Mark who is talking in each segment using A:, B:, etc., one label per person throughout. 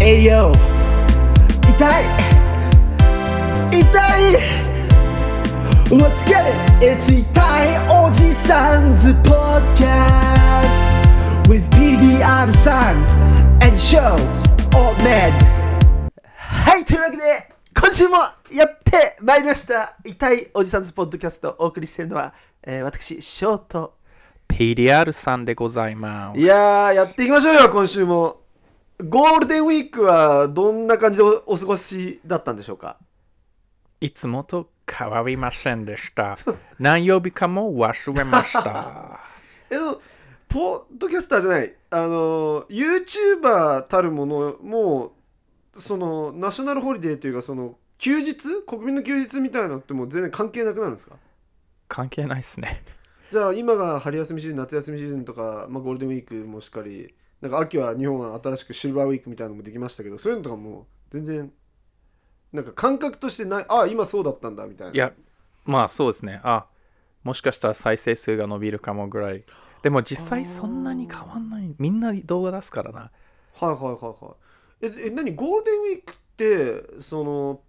A: 栄養痛い痛い Let's get it! It's 痛いおじさんズ Podcast With BBR さん and show all men はい、というわけで今週もやってまいりました痛いおじさんズポッドキャストをお送りしているのは、えー私、ショー ト
B: PDR さんでございます。
A: いやー、やっていきましょうよ、今週も。ゴールデンウィークはどんな感じでおお過ごしだったんでしょうか
B: いつもと変わりませんでした。何曜日かも忘れま した。
A: えっと、ポッドキャスターじゃない、あの、YouTuber たるもの、もう、その、ナショナルホリデーというか、その、休日国民の休日みたいなのってもう全然関係なくなるんですか
B: 関係ないですね。
A: じゃあ、今が春休みシーズン、夏休みシーズンとか、まあ、ゴールデンウィークもしっかり、なんか秋は日本は新しくシルバーウィークみたいなのもできましたけど、そういうのとかもう全然、なんか感覚としてない、ああ、今そうだったんだみたいな。
B: いや、まあそうですね。あ、もしかしたら再生数が伸びるかもぐらい。でも実際そんなに変わんない。みんな動画出すからな。
A: はいはいはいはい。え、え、何ゴールデンウィークって、その、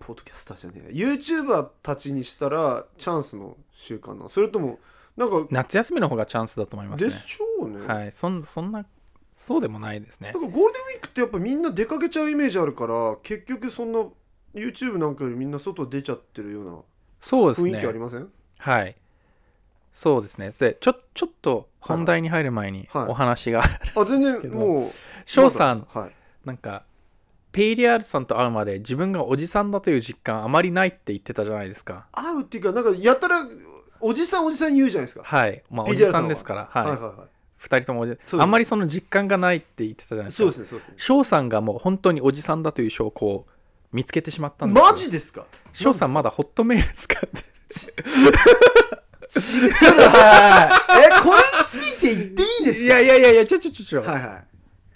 A: ポッドキャスターじゃねえ、YouTuber たちにしたらチャンスの週間なのそれとも、なんか、
B: 夏休みの方がチャンスだと思います
A: で
B: ね。
A: しょうね。
B: はい、そんそんな、そうでもないですね
A: なんか。ゴールデンウィークってやっぱみんな出かけちゃうイメージあるから、結局そんな YouTube なんかよりみんな外出ちゃってるよう
B: そう
A: な
B: です
A: 雰囲
B: ね
A: 気あ。りません、
B: はい。そうですね。で、ちょ、ちょっと本題に入る前に
A: はいはい
B: お話が、
A: あ、全
B: ですけ
A: 然
B: ど
A: もう。
B: 翔さん、
A: はい。
B: なんか PDR さんと会うまで自分がおじさんだという実感あまりないって言ってたじゃないですか
A: 会うっていうか、なんかやたら、おじさんおじさん言うじゃないですか。
B: はいまあ
A: PDR
B: おじさんですから
A: はい
B: は
A: はい
B: い
A: は
B: 二人ともおじ
A: すね
B: あんまりその実感がないって言ってたじゃない
A: い。
B: です
A: そ
B: か
A: うですね、そうですね。
B: 翔さんがもう本当におじさんだという証拠を見つけてしまったんですよ
A: マジですか
B: 翔さんまだホットメール使って
A: ちょっと、はい。え、これについて言っていいんです
B: いやいやいやいやちょちょちょちょ、
A: かはいはい。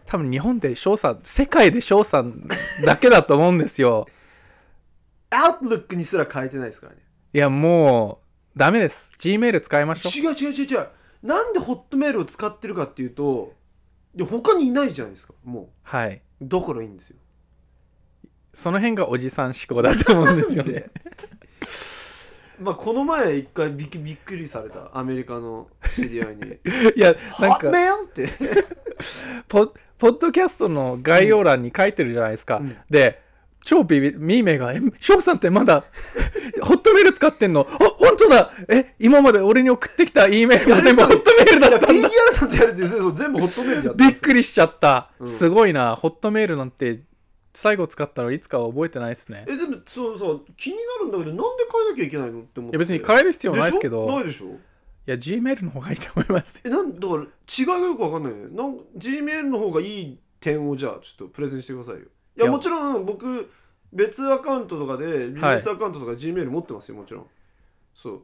B: 多分日本で翔さん世界で翔さんだけだと思うんですよ
A: アウトルックにすら変えてないですからね。
B: いやもうダメです G メール使いましょう
A: 違う違う違う違う。なんでホットメールを使ってるかっていうと、で他にいないじゃないですか。も。
B: はいう
A: だからいいんですよ。
B: その辺がおじさん思考だと思うんですよ ね
A: まあ、この前一回びっくびっくりされた。アメリカの知り合いに。
B: いや、
A: ホ
B: なん
A: ット
B: か
A: メールって。
B: ポ、ポッドキャストの概要欄に書いてるじゃないですか。
A: うん
B: で、超ビビ、ミーメイが、え、翔さんってまだ、 ホットメール使ってんのあ、本当だえ、今まで俺に送ってきた E メールが全部ホットメールだったん
A: いや
B: だ。
A: PDR さんとやるってそう全部ホットメールでやって
B: び
A: ま
B: っ
A: す。
B: くりしちゃった。
A: うん
B: すごいな。ホットメールなんて、最後使ったのいつかは覚えてないですね。
A: え、でもそうそう、気になるんだけど、なんで変えなきゃいけないのって思っ
B: い
A: て。
B: や、別に
A: え
B: 変える必要ないですけど、
A: ないいでしょ
B: や、G メールの方がいいと思いますよ。
A: えなんだから違いがよくわかんないよなん G メールの方がいい点をじゃあちょっとプレゼンしてくださいよいや
B: いや
A: もちろん僕別アカウントとかでビジネスアカウントとか G メール持ってますよもちろんそう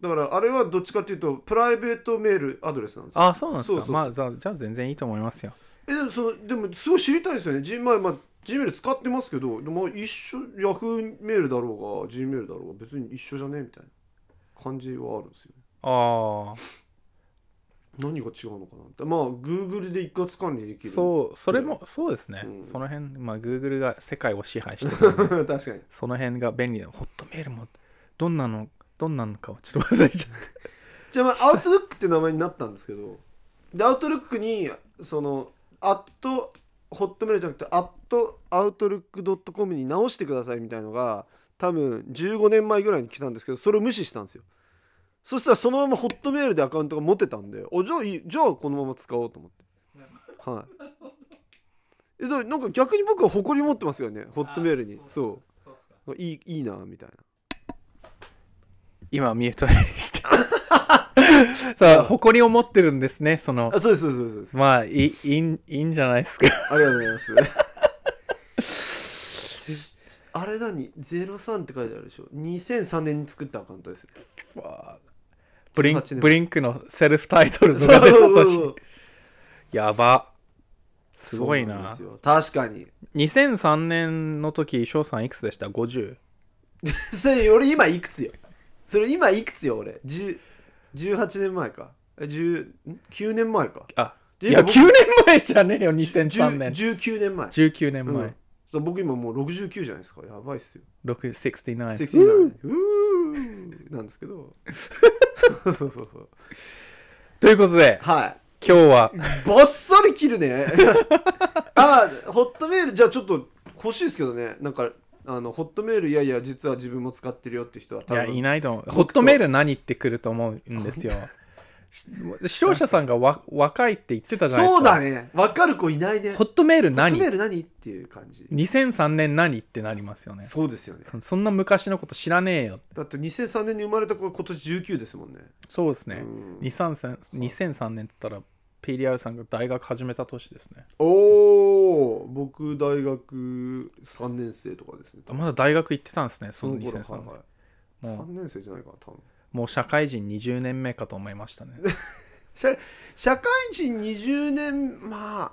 A: だからあれはどっちかっていうとプライベートメールアドレスなんですよ
B: あ、そうなんです
A: そう
B: か
A: そう。そう
B: まあ、じゃあじゃあ全然いいと思いますよ。
A: えでもそのでもすごい知りたいですよね G まあまあ G メール使ってますけどでも一緒 Yahoo メールだろうが G メールだろうが別に一緒じゃねえみたいな感じはあるんですよ
B: ああ。
A: 何が違うのかなってまあ Google で一括管理できる
B: そうそれもそうですね、
A: うん
B: その辺まあ Google が世界を支配してる
A: 確かに
B: その辺が便利なホットメールもどんなのどんなのかをちょっと忘れちゃ っ
A: じゃあ、まあ、アウトルックって名前になったんですけどでアウトルックにそのアットホットメールじゃなくてアットアウトルックドットコムに直してくださいみたいのが多分15年前ぐらいに来たんですけどそれを無視したんですよそしたらそのままホットメールでアカウントが持てたんでおじゃあいいじゃあこのまま使おうと思ってはいえだからなんか逆に僕は誇り持ってますよねホットメールにそういいいいなみたいな
B: 今ミュートに してさあ誇りを持ってるんですねその
A: あそうですそうですそうですそうです
B: まあいいいんいいんじゃないです か
A: ありがとうございます。 あれ何 ?03 って書いてあるでしょ ?2003 年に作ったアカウントですね。
B: わあブリン
A: 18年
B: ブリンクのセルフタイトルと
A: そう
B: か出た
A: そうそ
B: 年
A: う
B: やばすごいな
A: そうなんですよ確かに。
B: 2003年の時翔さんいくつでした 50?
A: それ俺今いくつよそれ今いくつよ俺。10 18年前か。え10ん ?9 年前か。
B: あ
A: で
B: いや、9年前じゃねえよ、2003年。
A: 19年前
B: 19年前。
A: うんそう僕今もう69じゃないですかやばいっすよ
B: 6 69。うー
A: 69うーなんです けどそうそうそうそう
B: ということで、
A: はい
B: 今日は、
A: バッサリ切るね あまあホットメールじゃあちょっと欲しいですけどねなんかあのホットメールいやいや実は自分も使ってるよって人はい多
B: や、
A: 分
B: いないと思う。
A: と
B: ホットメール何ってくると思うんですよ。視聴者さんがわ若いって言ってたじゃないですか。
A: そうだねわかる子いないね
B: ホットメール
A: ホット
B: 何
A: メール何っていう感じ
B: ?2003 年何ってなりますよね。
A: そうですよね
B: そそんな昔のこと知らねえよ。
A: だって2003年に生まれた子は今年19ですもんね
B: そうですね
A: う。ん
B: 2003 2003年って言ったら、PDR さんが大学始めた年ですね。
A: おお僕大学3年生とかですね
B: まだ大学行ってたんですね、その
A: 頃
B: 2003年。
A: はいはい、3
B: も
A: 年生じゃないかな多分
B: うもう社会人20年目かと思いましたね。
A: 社社会人20年まあ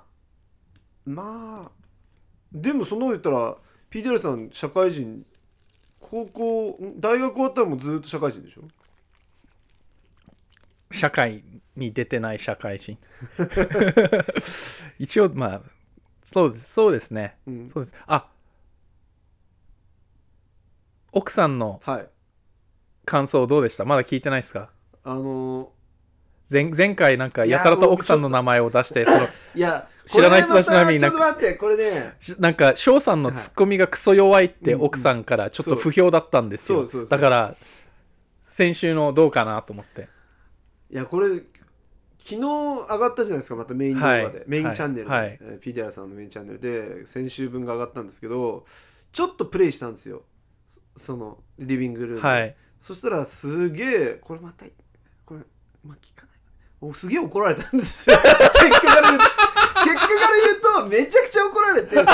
A: まあでもそんなこと言ったら PDR さん社会人高校ん大学終わったらもうずっと社会人でしょ
B: 社会に出てない社会人 一応まあそうですそうですね
A: うん
B: そうですあ奥さんの
A: はい
B: 感想どうでしたまだ聞いてないですか
A: あの
B: 前前回なんかやたらと奥さんの名前を出してその
A: ーいや
B: 知らない人
A: これま
B: たちなみに
A: ち
B: な
A: ょ
B: ん
A: っ
B: か
A: と待ってこれね
B: しなんか翔さんのツッコミがクソ弱いって
A: はいうんうん
B: 奥さんからちょっ
A: そ
B: と
A: う
B: 不評だったんです
A: そ
B: よ
A: うそうそう
B: だから先週のどうかなと思って
A: いやこれ昨日上がったじゃないですかまたメイン動画で、
B: はい
A: メインチャンネルで、
B: はいはい
A: えー PDR さんのメインチャンネルで先週分が上がったんですけどちょっとプレイしたんですよそそのリビングルームで、
B: はい
A: そしたらすげえこれまたこれまあ聞かないおすげえ怒られたんですよ 結果から言うと結果から言うとめちゃくちゃ怒られてその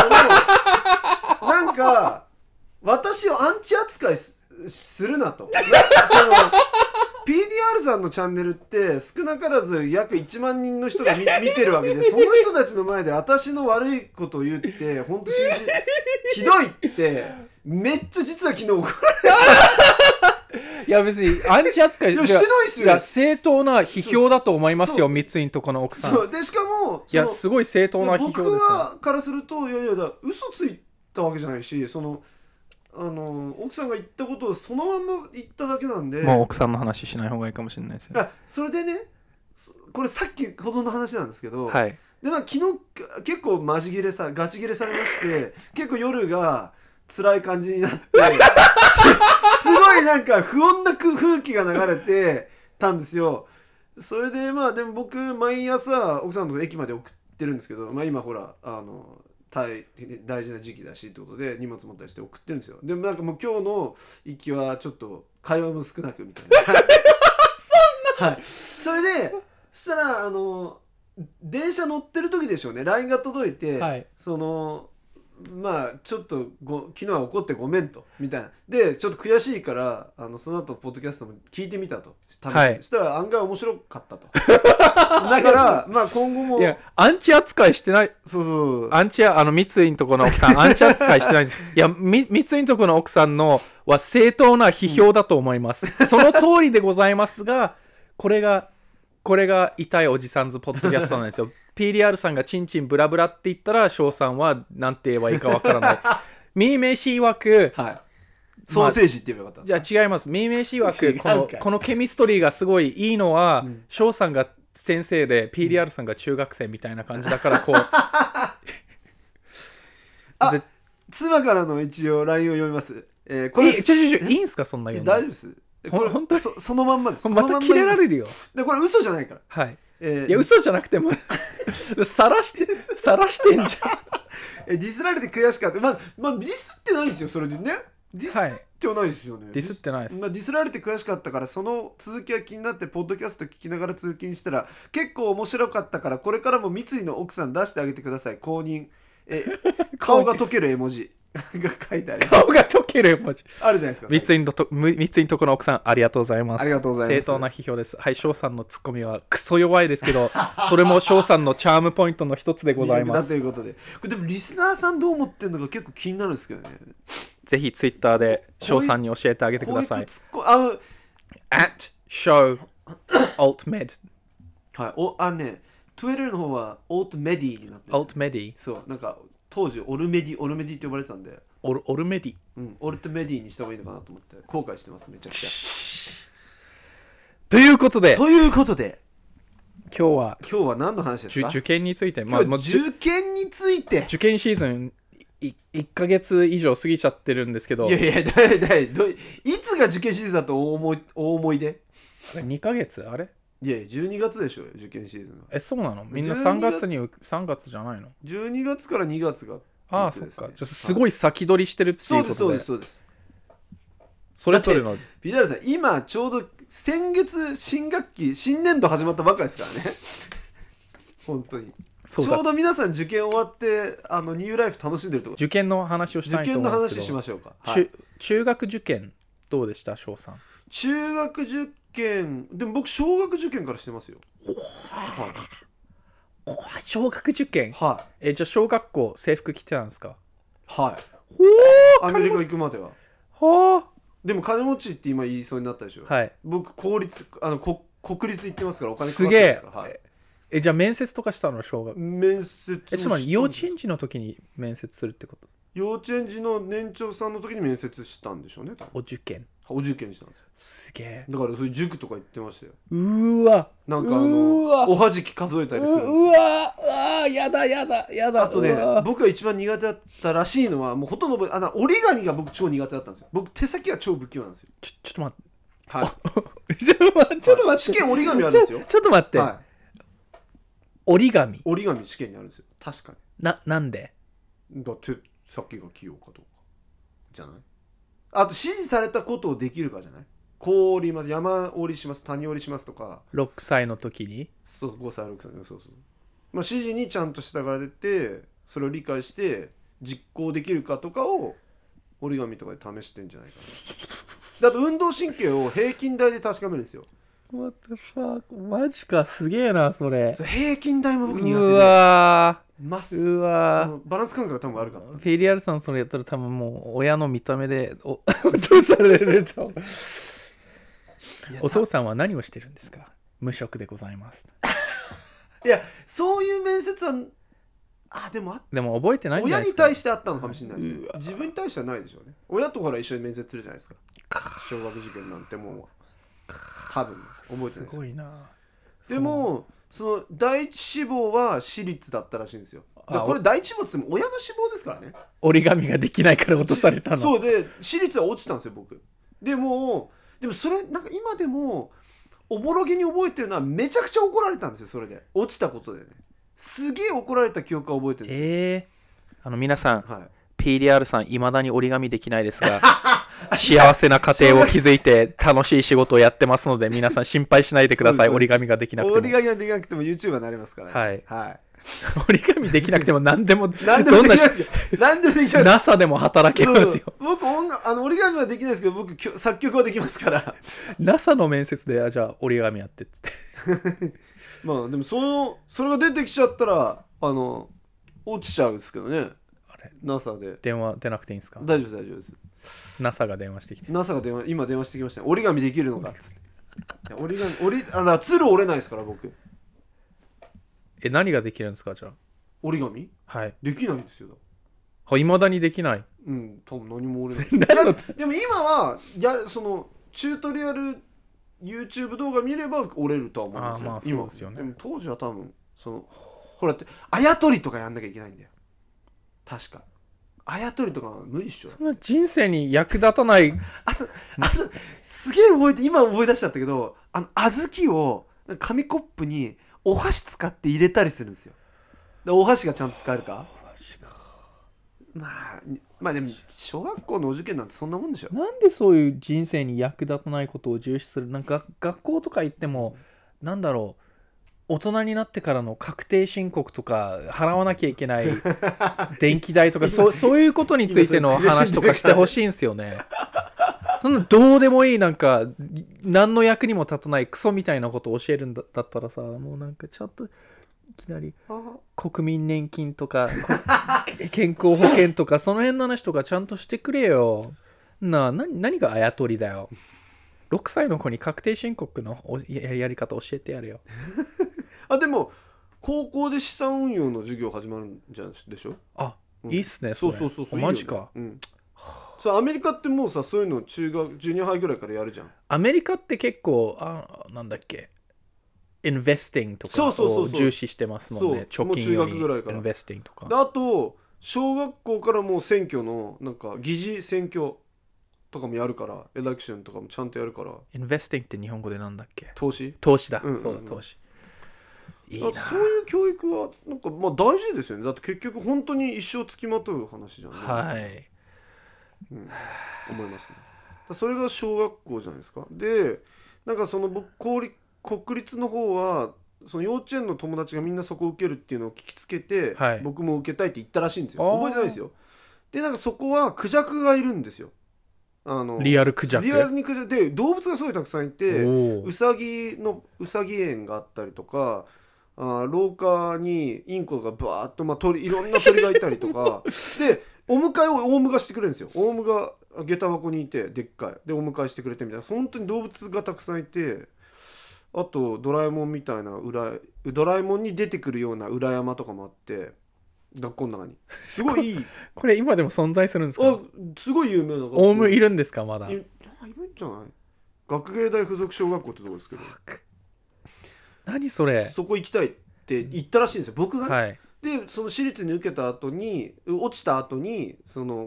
A: なんか私をアンチ扱いすするなと。なその PDR さんのチャンネルって少なからず約1万人の人 が見見てるわけでその人たちの前で私の悪いことを言って本当信じひどいってめっちゃ実は昨日怒られて
B: いや別にアンチ扱い
A: いやしてないっす
B: いや
A: よ
B: 正当な批評だと思います
A: そ
B: よ
A: う
B: 三井とこの奥さん
A: そうでしかも
B: いや
A: その
B: すごい正当な批評です
A: 僕
B: よ、
A: はからするといやいやだ嘘ついたわけじゃないしそのあの奥さんが言ったことをそのまんま言っただけなんで
B: もう奥さんの話しない方がいいかもしれないですね
A: あそれでねそこれさっきほどの話なんですけど、
B: はい
A: でまあ昨日結構マジギレさガチギレされまして結構夜が辛い感じになって すごいなんか不穏な空空気が流れてたんですよそれでまあでも僕毎朝奥さんのとこ駅まで送ってるんですけど、まあ、今ほらあの大大事な時期だしってことで荷物持ったりして送ってるんですよでもなんかもう今日の行きはちょっと会話も少なくみたいなそんなはいそれでそしたらあの電車乗ってる時でしょうね LINE が届いて、
B: はい
A: そのまあちょっとご昨日は怒ってごめんとみたいなでちょっと悔しいからあのその後ポッドキャストも聞いてみたと試しに
B: はい
A: したら案外面白かったと だからまあ今後も
B: いやアンチ扱いしてない
A: そうそう
B: アンチあの三井のとこの奥さんアンチ扱いしてない ですいやみ三井のとこの奥さんのは正当な批評だと思い ます、その通りでございますがこれがこれが痛いおじさんズポッドキャストなんです よ PDR さんがチンチンブラブラって言ったら翔さんはなんて言えばいいかわからない ミーメイシー曰く
A: はいソーセージって言えばよかったんです
B: じゃあ違います命名詞
A: 違
B: 枠
A: う
B: この
A: かい
B: このケミストリーがすごいいいのは
A: うん
B: 翔、さんが先生で PDR さんが中学生みたいな感じだ からこう
A: あ
B: で
A: 妻からの一応 LINE を読みます、えー、こ
B: これ
A: れ
B: いちょちょちょいいんすかそんな
A: え
B: 言う
A: 大丈夫
B: の
A: です
B: ほん
A: これ
B: 本当に
A: そそのまんまです
B: また切れら
A: る
B: れるよ
A: でこれ嘘じゃないから、
B: はい
A: えー
B: いや嘘じゃなくて もさらしてさらしてんじゃん
A: えディスられて悔しかったまあまあディスってないんですよそれでねディスってはないですよね、
B: ディスってないです
A: まあ、ディスられて悔しかったからその続きが気になってポッドキャスト聞きながら通勤したら結構面白かったからこれからも三井の奥さん出してあげてください公認 え顔が溶ける絵文字が書いてある
B: 顔が溶ける絵文字
A: あるじゃないですか
B: 三井のとむ三井のとこの奥さんありがとうございます
A: ありがとうございます
B: 正当な批評ですはい翔さんのツッコミはクソ弱いですけ どそれも翔さんのチャームポイントの一つでございま
A: だとい
B: す
A: うことでこれでもリスナーさんどう思ってるのか結構気になるんですけどね
B: ぜひツイッターで翔さんに教えてあげてく
A: こ
B: だ
A: いつ
B: さい
A: 突っ込あの
B: at show alt med
A: はい、おあのね Twitter の方はオートメディになってるん
B: オー
A: ですよ
B: トメディ
A: そうなんか当時オルメディオルメディって呼ばれてたんで、
B: オルオルメディ
A: うん、オルトメディにした方がいいのかなと思って後悔してますめちゃくち
B: ということ
A: ゃ
B: で今
A: ということで
B: 日は
A: 今日は何の話です
B: 受
A: か
B: 受験について、ま
A: 今
B: あ、
A: 日
B: もう受
A: 受験について
B: 受験シーズンい1ヶ月以上過ぎちゃってるんですけど
A: いやいやだいだいどいいつが受験シーズンだとお思いお思いで
B: 2ヶ月あれ
A: いやいや12月でしょ受験シーズンは
B: えそうなのみんな
A: 12
B: 3月に3月じゃないの
A: 12月から2月が
B: ああ
A: と
B: そ
A: いう
B: っ
A: ことですね
B: かじゃあすごい先取りしてるって
A: そ
B: いうう
A: で
B: こ
A: すそ
B: と
A: う
B: で
A: ですそうです
B: それぞれの
A: ビダルさん今ちょうど先月新学期新年度始まったばっかですからね 本当に
B: そう
A: ち
B: だ
A: ょうど皆さん受験終わってあのニューライフ楽しんでるとこ
B: 受験の話をした
A: 受
B: いと
A: 験の
B: 思うんです
A: 話
B: けど
A: しましょうか、は
B: 中
A: い、
B: 中学受験どうでした翔さん
A: 中学受験でも僕小学受験からしてますよはい、
B: 小学受験
A: は
B: えじゃあ小学校制服着てたんですか
A: いはい、
B: ほ
A: アメリカ行くまでは
B: ほー
A: でも金持ちって今言いそうになったでしょ、
B: はい
A: 僕公立あのこ国立行ってますからお金か
B: す
A: かって
B: げ
A: ます
B: え
A: から、はい、
B: えじゃあ面接とかしたの小学
A: 面接も
B: えつま
A: し
B: り
A: た
B: 幼稚園児の時に面接するってこと
A: 幼稚園児の年長さんの時に面接したんでしょうね多分
B: お受験
A: お受験したんですよ
B: すげえ
A: だからそういう塾とか行ってましたよ
B: うーわ
A: なんかあ
B: うわ
A: のおはじき数えた
B: う
A: りするんです
B: う
A: よ
B: わうわやだやだやだ
A: あとね
B: うわ
A: 僕が一番苦手だったらしいのはもうほとんど覚えあな折り紙が僕超苦手だったんですよ僕手先が超不器用なんですよ
B: ちょちょっと待って
A: はい
B: ちょっと待って、ちょっと待って。
A: 試験折り紙あるんですよ
B: ちょちょっと待って、
A: はい
B: 折り紙。
A: 折り紙試験にあるんですよ確か
B: な、なんで
A: にだ手先が器用かどうかじゃないあと指示されたことをできるかじゃないこう折ります山折りします谷折りしますとか
B: ?6 歳の時に。
A: そう5歳6歳そうそうそう、まあ、指示にちゃんと従えてそれを理解して実行できるかとかを折り紙とかで試してんじゃないかなだと運動神経を平均台で確かめるんですよ
B: What the fuck? マジか、すげえな、それ。
A: それ平均台も僕苦手で
B: うわ
A: まっす
B: うわ
A: そのバランス感覚が多分悪かった
B: ー。フェリアルさんそれやったら多分もう親の見た目でお 落とされると思う
A: いや
B: お父さんは何をしてるんですか無職でございます
A: いやそういう面接はあでもあ
B: でも覚えてないんじゃ
A: 親
B: ないで
A: に
B: すか
A: 対してあったのかもしれないですね
B: うわ
A: 自分に対してはないでしょうね親とほら一緒に面接するじゃないですか小学受験なんてもんは多分覚えてないです
B: すごいな
A: でもその第一志望は私立だったらしいんですよだから
B: あ
A: これ第一志望っつっても親の志望ですからね
B: 折り紙ができないから落とされたの
A: そうで私立は落ちたんですよ僕でもでもそれなんか今でもおぼろげに覚えてるのはめちゃくちゃ怒られたんですよそれで落ちたことでねすげえ怒られた記憶は覚えてるんですよ、
B: えー、あの皆さん
A: はい
B: PDR さん、いまだに折り紙できないです が、幸せな家庭を築いて楽しい仕事をやってます ので、皆さん心配しないでください、
A: そうで
B: 折
A: す
B: り紙ができなくて
A: 折り
B: も。
A: 紙ができなくても YouTuber になれますからね
B: はい
A: はい、
B: 折り紙できなくても何でも、
A: 何でも
B: どん
A: でき
B: な
A: ま
B: し
A: すよ何でもできます
B: NASA でも働けますよ。
A: 僕音楽あの折り紙はできないですけど僕きょ作曲はできますから
B: NASA の面接で、あじゃあ折り紙やってっつって。
A: まあでもそのそれが出てきちゃったらあの落ちちゃうんですけどね
B: あれ
A: NASA で
B: 電話出なくていいんですか
A: 大丈夫です大丈夫です
B: ?NASA が電話してきて。
A: NASA が電話今電話してきましたね折り紙できるのかっつっていや折り紙折りあだから鶴折れないですから僕
B: え、何ができるんですかじゃ
A: 折り紙
B: あ。はい。
A: できないんですよ
B: いまだにできない。
A: うん多分何も折れない
B: 何の
A: いやでも今はやそのチュートリアル YouTube 動画見れば折れるとは思うんです
B: あー
A: よ
B: まあそうですよね
A: 今でも当時は多分そのほらだってあやとりとかやんなきゃいけないんだよ確かあやとりとかは無理っしょ
B: そんな人生に役立たない。
A: あと、あと、すげえ覚えて、今思い出しちゃったけど、あの、小豆を、紙コップに、お箸使って入れたりするんですよ。でお箸がちゃんと使えるかまあ、まあでも、小学校のお受験なんてそんなもんでしょ。
B: なんでそういう人生に役立たないことを重視するなんか学校とか行ってもなんだろう大人になってからの確定申告とか払わなきゃいけない電気代とかそうそういうことについての
A: 今それ苦
B: 話
A: しんで
B: と
A: るから
B: かしてほしいんですよね。そんなどうでもいいなんか何の役にも立たないクソみたいなことを教えるんだだったらさもうなんかちゃんといきなり国民年金と かこ健康保険とかその辺の話とかちゃんとしてくれよなあ何何があやとりだよ6歳の子に確定申告のおややり方教えてやるよ
A: あ、でも、高校で資産運用の授業始まるんじゃんでしょ
B: あ、
A: うん
B: いいっすね。
A: そう
B: れ
A: そうそうそう
B: マジか。、
A: いいよねうん、そうアメリカってもうさそういうの中学ジュニアハイぐらいからやるじゃん
B: アメリカって結構、あなんだっけ、インベスティングとか
A: そうそうそう
B: を
A: そう
B: 重視してますもんね。
A: そう
B: 貯金よ
A: もう
B: り
A: 中学ぐらいから
B: インベスティングとか
A: で。あと小学校からもう選挙のなんか議事選挙とかもやるからエレクションとかもちゃんとやるから
B: インベスティングって日本語でなんだっけ
A: 投資
B: 投資だ。
A: うんうんうん
B: そうだ、投資。いい
A: だ
B: な
A: から。そういう教育はなんかまあ大事ですよねだって結局本当に一生つきまとう話じゃん、ね
B: はい。
A: うん、思いますねだそれが小学校じゃないですかでなんかその僕公立国立の方はその幼稚園の友達がみんなそこを受けるっていうのを聞きつけて、
B: はい
A: 僕も受けたいって言ったらしいんです
B: あ
A: よ
B: ー
A: 覚えてないですよでなんかそこはクジャクがいるんですよあの
B: リアルクジャク。
A: リアルにクジャクで動物がすごいたくさんいて
B: お
A: う
B: ー
A: さぎのうさぎ園があったりとかあー廊下にインコがバーっと、まあ、鳥いろんな鳥がいたりと かでお迎えをオウムがしてくれるんですよオウムが下駄箱にいてでっかいでお迎えしてくれてみたいな本当に動物がたくさんいてあとドラえもんみたいな裏ドラえもんに出てくるような裏山とかもあって学校の中にす ごいいい
B: これ今でも存在するんです
A: あ
B: か
A: すごい有名な学校
B: オウムいるんですかまだ
A: い。いるんじゃない学芸大附属小学校ってとこですけど
B: 何それ
A: そこ行きたいって言ったらしいんですよ僕がね、
B: はい。
A: でその私立に受けた後にう落ちた後にその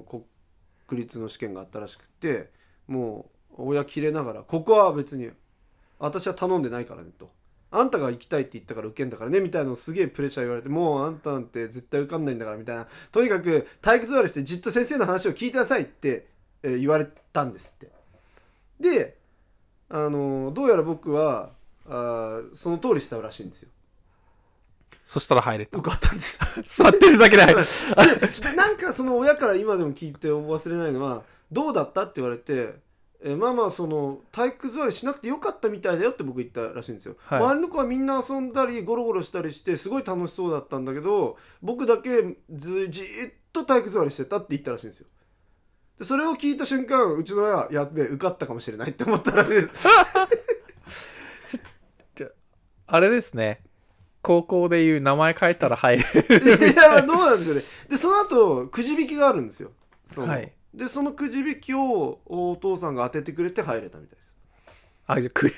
A: 国立の試験があったらしくてもう親切れながら「ここは別に私は頼んでないからね」と。あんたが行きたいって言ったから受けんだからねみたいなのをすげえプレッシャー言われてもうあんたなんて絶対受かんないんだからみたいなとにかく体育座りしてじっと先生の話を聞いてなさいって、えー言われたんですってであのーどうやら僕はあーその通りしたらしいんですよ
B: そしたら入れた。
A: 受かったんです
B: 座ってるだけで入る。
A: で なんかその親から今でも聞いて忘れないのは「どうだった?」って言われて「えまあまあその体育座りしなくてよかったみたいだよ」って僕言ったらしいんですよ、
B: はい
A: 周りの子はみんな遊んだりゴロゴロしたりしてすごい楽しそうだったんだけど僕だけずじーっと体育座りしてたって言ったらしいんですよでそれを聞いた瞬間うちの親は「やっべえ受かったかもしれない」って思ったらしいです
B: あれですね。高校でいう名前変えたら入る。
A: いやどうなんですよねでその後くじ引きがあるんですよその、
B: はい
A: でそのくじ引きをお父さんが当ててくれて入れたみたいです
B: あ、じゃあく、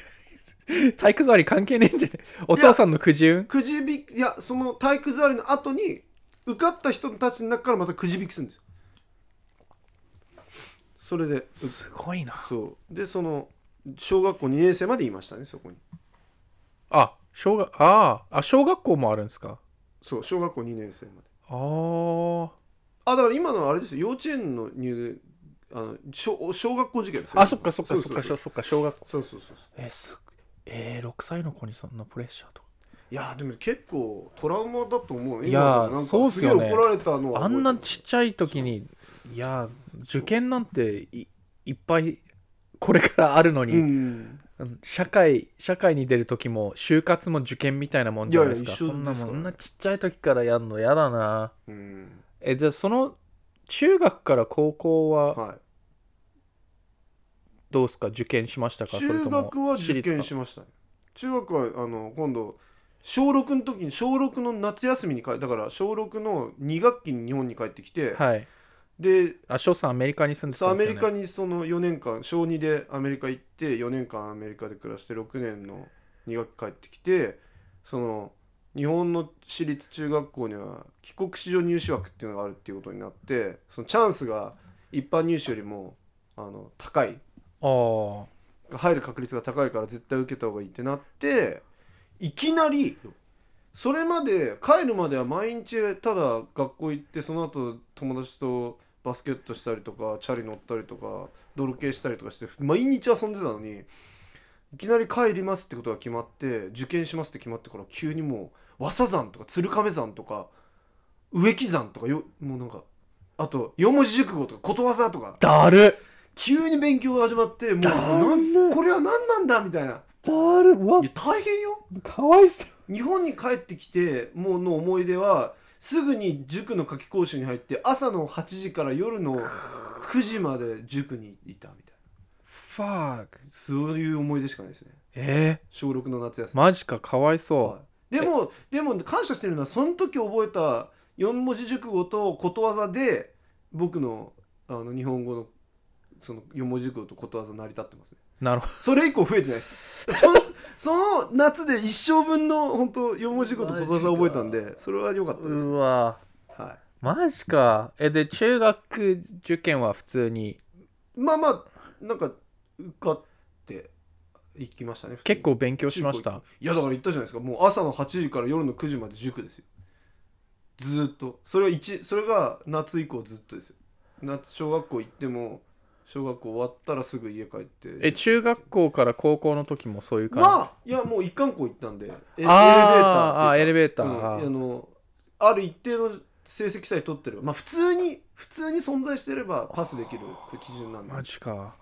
B: 体育座り関係ねえんじゃねお父さんのくじ運
A: くじ引きいやその体育座りの後に受かった人たちの中からまたくじ引きするんですよそれでう
B: すごいな。
A: そうでその小学校2年生までいましたねそこに
B: あ、小学、あーあ、小学校もあるんですか
A: そう小学校2年生まで
B: あー
A: あだから今のはあれですよ幼稚園の入あの小小学校受験ですよ
B: あ、そっかそっかそっか
A: そう
B: そっか、小学校。
A: そうそうそう
B: えー、すえー、6歳の子にそんなプレッシャーとか。
A: いやでも結構トラウマだと思う
B: いや
A: 今でもなんか
B: そうっすよね
A: げえ怒られたのは
B: あ
A: 覚えてる
B: んなちっちゃい時に、いや、受験なんていいっぱいこれからあるのに、
A: うん
B: うん社会、社会に出る時も、就活も受験みたいなもんじゃないですか。
A: いやいや一緒
B: そんな
A: です
B: もん、
A: か
B: そ
A: らね
B: んなちっちゃい時からやるの嫌だな。
A: うん
B: え、じゃあその、中学から高校は
A: はい
B: どうですか受験しましたかそれ
A: 中
B: とも
A: 学は受
B: 私
A: 験し
B: 立か
A: ましたね中学はあの今度小6の時に小6の夏休みに帰だから小6の2学期に日本に帰ってきて、
B: はい。
A: で
B: あ、翔さんアメリカに住んで
A: そう
B: た
A: ア
B: んですよ、
A: メリ
B: ね、
A: カにその4年間小2でアメリカ行って4年間アメリカで暮らして6年の2学期帰ってきてその日本の私立中学校には帰国子女入試枠っていうのがあるっていうことになってそのチャンスが一般入試よりもあの高い
B: あー
A: 入る確率が高いから絶対受けた方がいいってなっていきなりそれまで帰るまでは毎日ただ学校行ってその後友達とバスケットしたりとかチャリ乗ったりとか泥系したりとかして毎日遊んでたのにいきなり帰りますってことが決まって受験しますって決まってから急にもう和佐山とか鶴亀山とか植木山とかよもうなんかあと四文字熟語とかことわざとか
B: だる
A: 急に勉強が始まってもう
B: だ
A: な
B: る
A: んこれは何なんだみたいな
B: だるうわ
A: いや大変よ
B: かわいそう
A: 日本に帰ってきてもうの思い出はすぐに塾の夏期講習に入って朝の8時から夜の9時まで塾にいたみたい
B: ファーク
A: なそういう思い出しかないですね
B: え
A: 小6の夏
B: ー
A: 休み、
B: マジかかわいそう、
A: はいでもでも感謝してるのはその時覚えた4文字熟語とことわざで僕のあの日本語のその4文字熟語とことわざ成り立ってますね
B: なるほど
A: それ以降増えてないですそのその夏で一生分の本当4文字熟語とことわざ覚えたんでそれは良かったです、
B: うわ
A: は
B: マジかえで中学受験は普通に
A: い、まあまあなんか受かっていきましたね普通に
B: 結構勉強しました
A: いやだから言ったじゃないですかもう朝の8時から夜の9時まで塾ですよずーっとそれは一それが夏以降ずっとですよ夏小学校行っても小学校終わったらすぐ家帰って
B: え中学校から高校の時もそういう感じ、
A: はいやもう一貫校行ったんでえ
B: あーあーエレ
A: ベー
B: ベー
A: タ
B: ター
A: ーっていうか
B: あ
A: うんあのある一定の成績さえ取ってればまあ普通に普通に存在してればパスできる基準なんで、は
B: マ
A: い、
B: ジか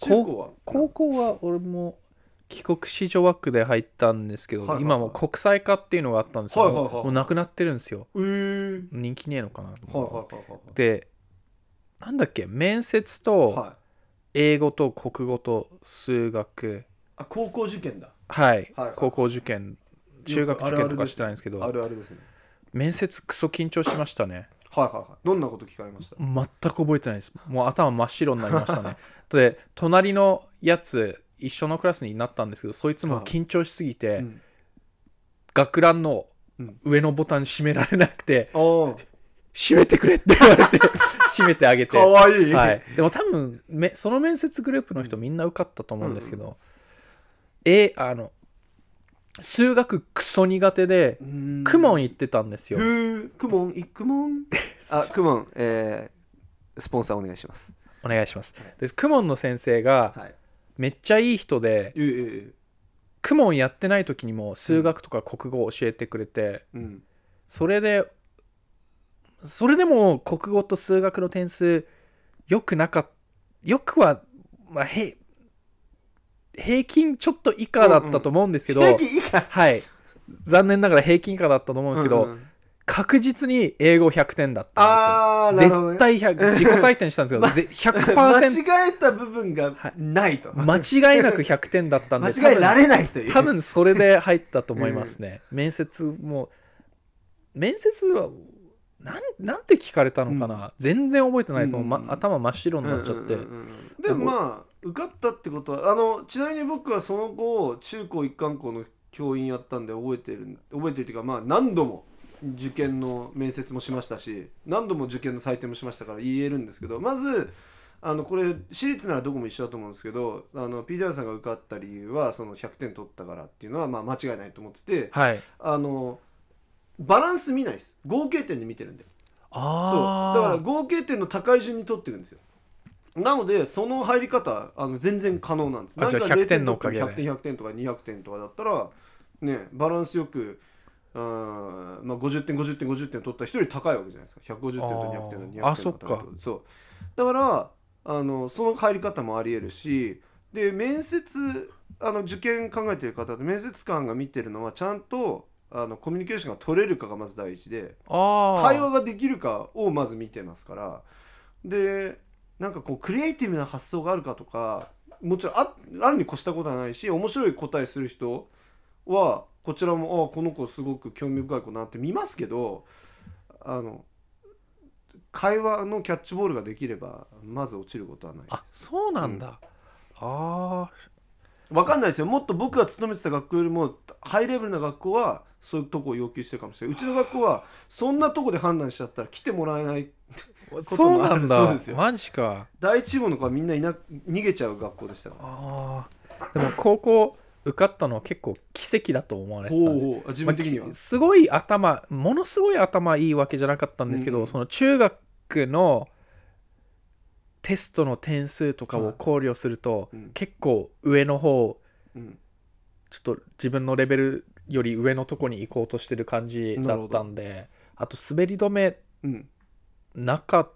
A: 中高は
B: 高校は俺も帰国子女枠で入ったんですけど、
A: はいはいはい
B: 今もう国際化っていうのがあったんですけど、
A: はいはいはいはい
B: もうなくなってるんですよ
A: えー、
B: 人気ねえのかな、
A: はいはいはいはい
B: でなんだっけ面接
A: はい
B: と
A: はい
B: 英語と国語と数学
A: あ高校受験だ
B: はい、
A: はいはい
B: 高校受験中学受験とかしてないんですけど
A: あるあるですね
B: 面接クソ緊張しましたね
A: はいはいはい。どんなこと聞かれました
B: 全く覚えてないですもう頭真っ白になりました ねで隣のやつ一緒のクラスになったんですけどそいつも緊張しすぎて、
A: うん
B: 学ランの
A: うん
B: 上のボタン閉められなくて
A: あ
B: 「閉めてくれ」って言われ て閉めてあげ
A: あ、
B: て
A: かわいい。
B: はい、でも多分めその面接グループの人みんな受かったと思うんですけど、えあの数学クソ苦手で
A: うん
B: クモン行ってたんですよ
A: ふークモン、いクモン。あ、クモン、えー、スポンサーお願いします。
B: お願いします
A: はい
B: でクモンの先生が
A: はい。
B: めっちゃいい人で
A: ええ
B: クモンやってない時にも数学とか国語を教えてくれて
A: うん。
B: それでそれでも国語と数学の点数良くなかったよくは、まあ、へ平均ちょっと以下だったと思うんですけど、
A: 平均以下
B: はい。残念ながら平均以下だったと思うんですけど、
A: うんうん
B: 確実に英語100点だった
A: あ
B: ん
A: あ、
B: ですよ。
A: なるほど、ね。
B: 絶対100、自己採点したんです けど、ぜ100%、
A: 間違えた部分が
B: はい
A: ないと。
B: 間違いなく100点だったん
A: 間
B: で、
A: 違えられないという。
B: 多分多分それで入ったと思いますね。面接も、面接は、なんなんて聞かれたのかな、全然覚えてない、もうま
A: うん
B: 頭真っ白になっちゃって、
A: うんうんうんうんでもまあ受かったってことはあのちなみに僕はその後中高一貫校の教員やったんで覚えてる覚えてるっていうかまあ何度も受験の面接もしましたし何度も受験の採点もしましたから言えるんですけどまずあのこれ私立ならどこも一緒だと思うんですけどあの PDR さんが受かった理由はその100点取ったからっていうのはまあ間違いないと思ってて
B: はい。
A: あのバランス見ないです合計点で見てるんでそう
B: あ
A: だ
B: あ。
A: から合計点の高い順に取ってるんですよなのでその入り方あの全然可能なんです
B: あじゃあ
A: なんか
B: 100点のおかげで
A: 0点100点100点とか200点とかだったらねバランスよくあーまあ、50点50点50点取った人より高いわけじゃないですか150点と200点と200点
B: あーあ
A: の高いってことそうだからあのその入り方もありえるしで面接あの受験考えてる方って面接官が見てるのはちゃんとあのコミュニケーションが取れるかがまず第一で
B: あー
A: 会話ができるかをまず見てますからでなんかこうクリエイティブな発想があるかとかもちろんああるに越したことはないし面白い答えする人はこちらもあこの子すごく興味深い子なって見ますけどあの会話のキャッチボールができればまず落ちることはない
B: あ、そうなんだ。ああ。
A: わかんないですよもっと僕が勤めてた学校よりもハイレベルな学校はそういうとこを要求してるかもしれないうちの学校はそんなとこで判断しちゃったら来てもらえないこと
B: そう
A: も
B: な
A: あ
B: ん
A: る
B: だ
A: そうですよ
B: マジか
A: 第一志望の子はみんないな逃げちゃう学校でしたから
B: あーでも高校受かったのは結構奇跡だと思われてたん
A: ほう
B: ですよ
A: ほうあ自分的には、
B: まあきすごい頭ものすごい頭いいわけじゃなかったんですけど、
A: うん
B: その中学のテストの点数とかを考慮すると、
A: うん
B: 結構上の方
A: うん
B: ちょっと自分のレベルより上のとこに行こうとしてる感じだったんであと滑り止め
A: うん
B: なか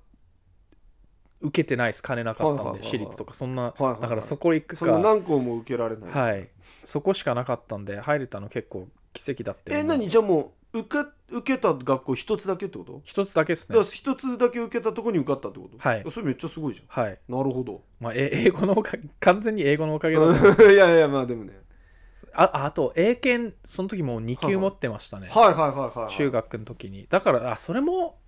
B: 受けてないです金なかっ
A: はい
B: た
A: は
B: ん
A: いは
B: で
A: いは
B: 私
A: い
B: 立とかそんな
A: はいはいはい
B: だからそこ行く
A: その
B: か
A: 何校も受けられない、
B: はいそこしかなかったんで入れたの結構奇跡だって
A: え何じゃあもう受け受けた学校一つだけってこと、
B: 一つだけです
A: だ
B: ね
A: から一つだけ受けたとこに受かったってこと
B: はい
A: それめっちゃすごいじ
B: はい
A: ゃんなるほど
B: まあえ英語のおかげ完全に英語のおかげだと思う
A: うんいやいやまあでもね
B: ああと英検その時もう2級持ってましたね、
A: はいはいはいはい
B: 中学の時にだからあそれも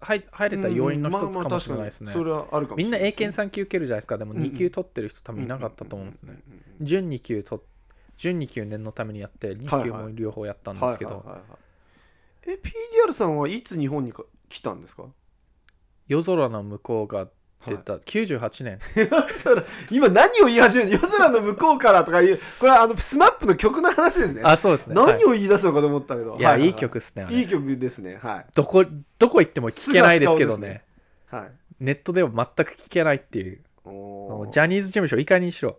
B: 入入れた要因の一つかもしれないですね、
A: うんまあまあ確かにそれはあるかも
B: みんな英
A: 検
B: 検3級受けるじゃないですかでも
A: うんうん
B: 2級取ってる人多分いなかったと思うんですね、準2級と準2級念のためにやって2級
A: はいは
B: も両方やったんで
A: はい
B: す
A: はい
B: け
A: はい
B: ど
A: はいえ PDR さんはいつ日本にか来たんですか
B: 夜空の向こうが出た98年
A: 今何を言い始める夜空の向こうからとかいうこれはあのスマップの曲の話ですね
B: あそうですねはい
A: 何を言い出すのかと思ったけど
B: いや
A: はいはいはい
B: 曲っすねあれ
A: いい曲ですねは
B: どこどこ行っても聞けないですけど
A: 素がし
B: ね
A: かいはい
B: ネットでは全く聞けないっていう
A: おー
B: ジャニーズ事務所いかにしろ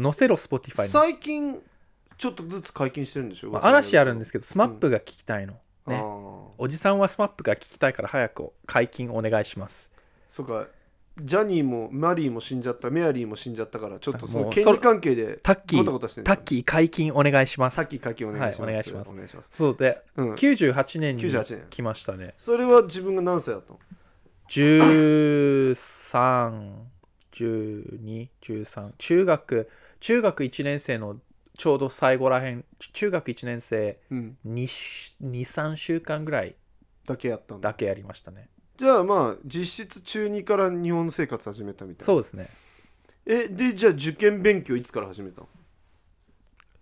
B: 載せろ Spotify に、
A: 最近ちょっとずつ解禁してるんでしょ
B: まあ、嵐あるんですすけど SMAP が聞きたいの、ねおじさんは SMAP が聞きたいから早く解禁お願いします
A: そうかジャニーもマリーも死んじゃったメアリーも死んじゃったからちょっとそ
B: も
A: の
B: う
A: 権利関係で
B: タッキ
A: ごた
B: ー
A: ごたしてるんで
B: タ
A: すか
B: ッキー解禁お願いしま
A: タッ
B: す
A: キー書きお願いします、
B: はいお願いします
A: お願いします、
B: そうで
A: うん、
B: 98年に
A: 98年
B: 来ましたね
A: それは自分が何歳だったの
B: 131213中学中学1年生のちょうど最後らへん中学1年生
A: うん
B: 23週間ぐらい
A: だけやったんだ
B: だけやりましたね
A: じゃあまあ実質中2から日本生活始めたみたいな
B: そうですね
A: えでじゃあ受験勉強いつから始めたの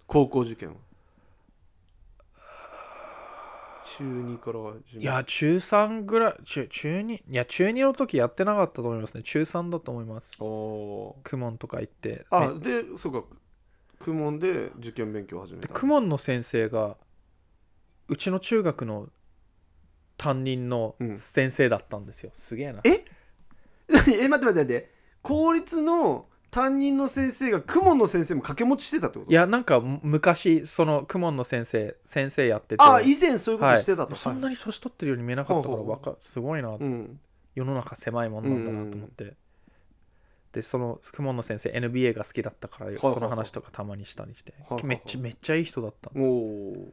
A: 高校受験は中2から始め
B: いや中3ぐらい中中2いや中2の時やってなかったと思いますね中3だと思います
A: おー
B: 公文とか行って
A: あ
B: め
A: でそうか公文で受験勉強を始め
B: で
A: た
B: 公文の先生がうちの中学の担任の
A: うん
B: 先生だったんですよ、すげえな
A: え え待って待って待って公立の担任の先生が公文の先生も掛け持ちしてたってこと
B: いやなんかむ昔その公文の先生先生やってて
A: あ以前そういうことしてたと、
B: はいそんな
A: に
B: に年取ってるように見えなかったから
A: ほうほう
B: わかすごいな、
A: うん
B: 世の中狭いもんなんだなと思って、でその公文の先生 NBA が好きだったから、
A: いはいはい
B: その話とかたまにしたりして、
A: いはいはい
B: めっちゃめっちゃいい人だった
A: おお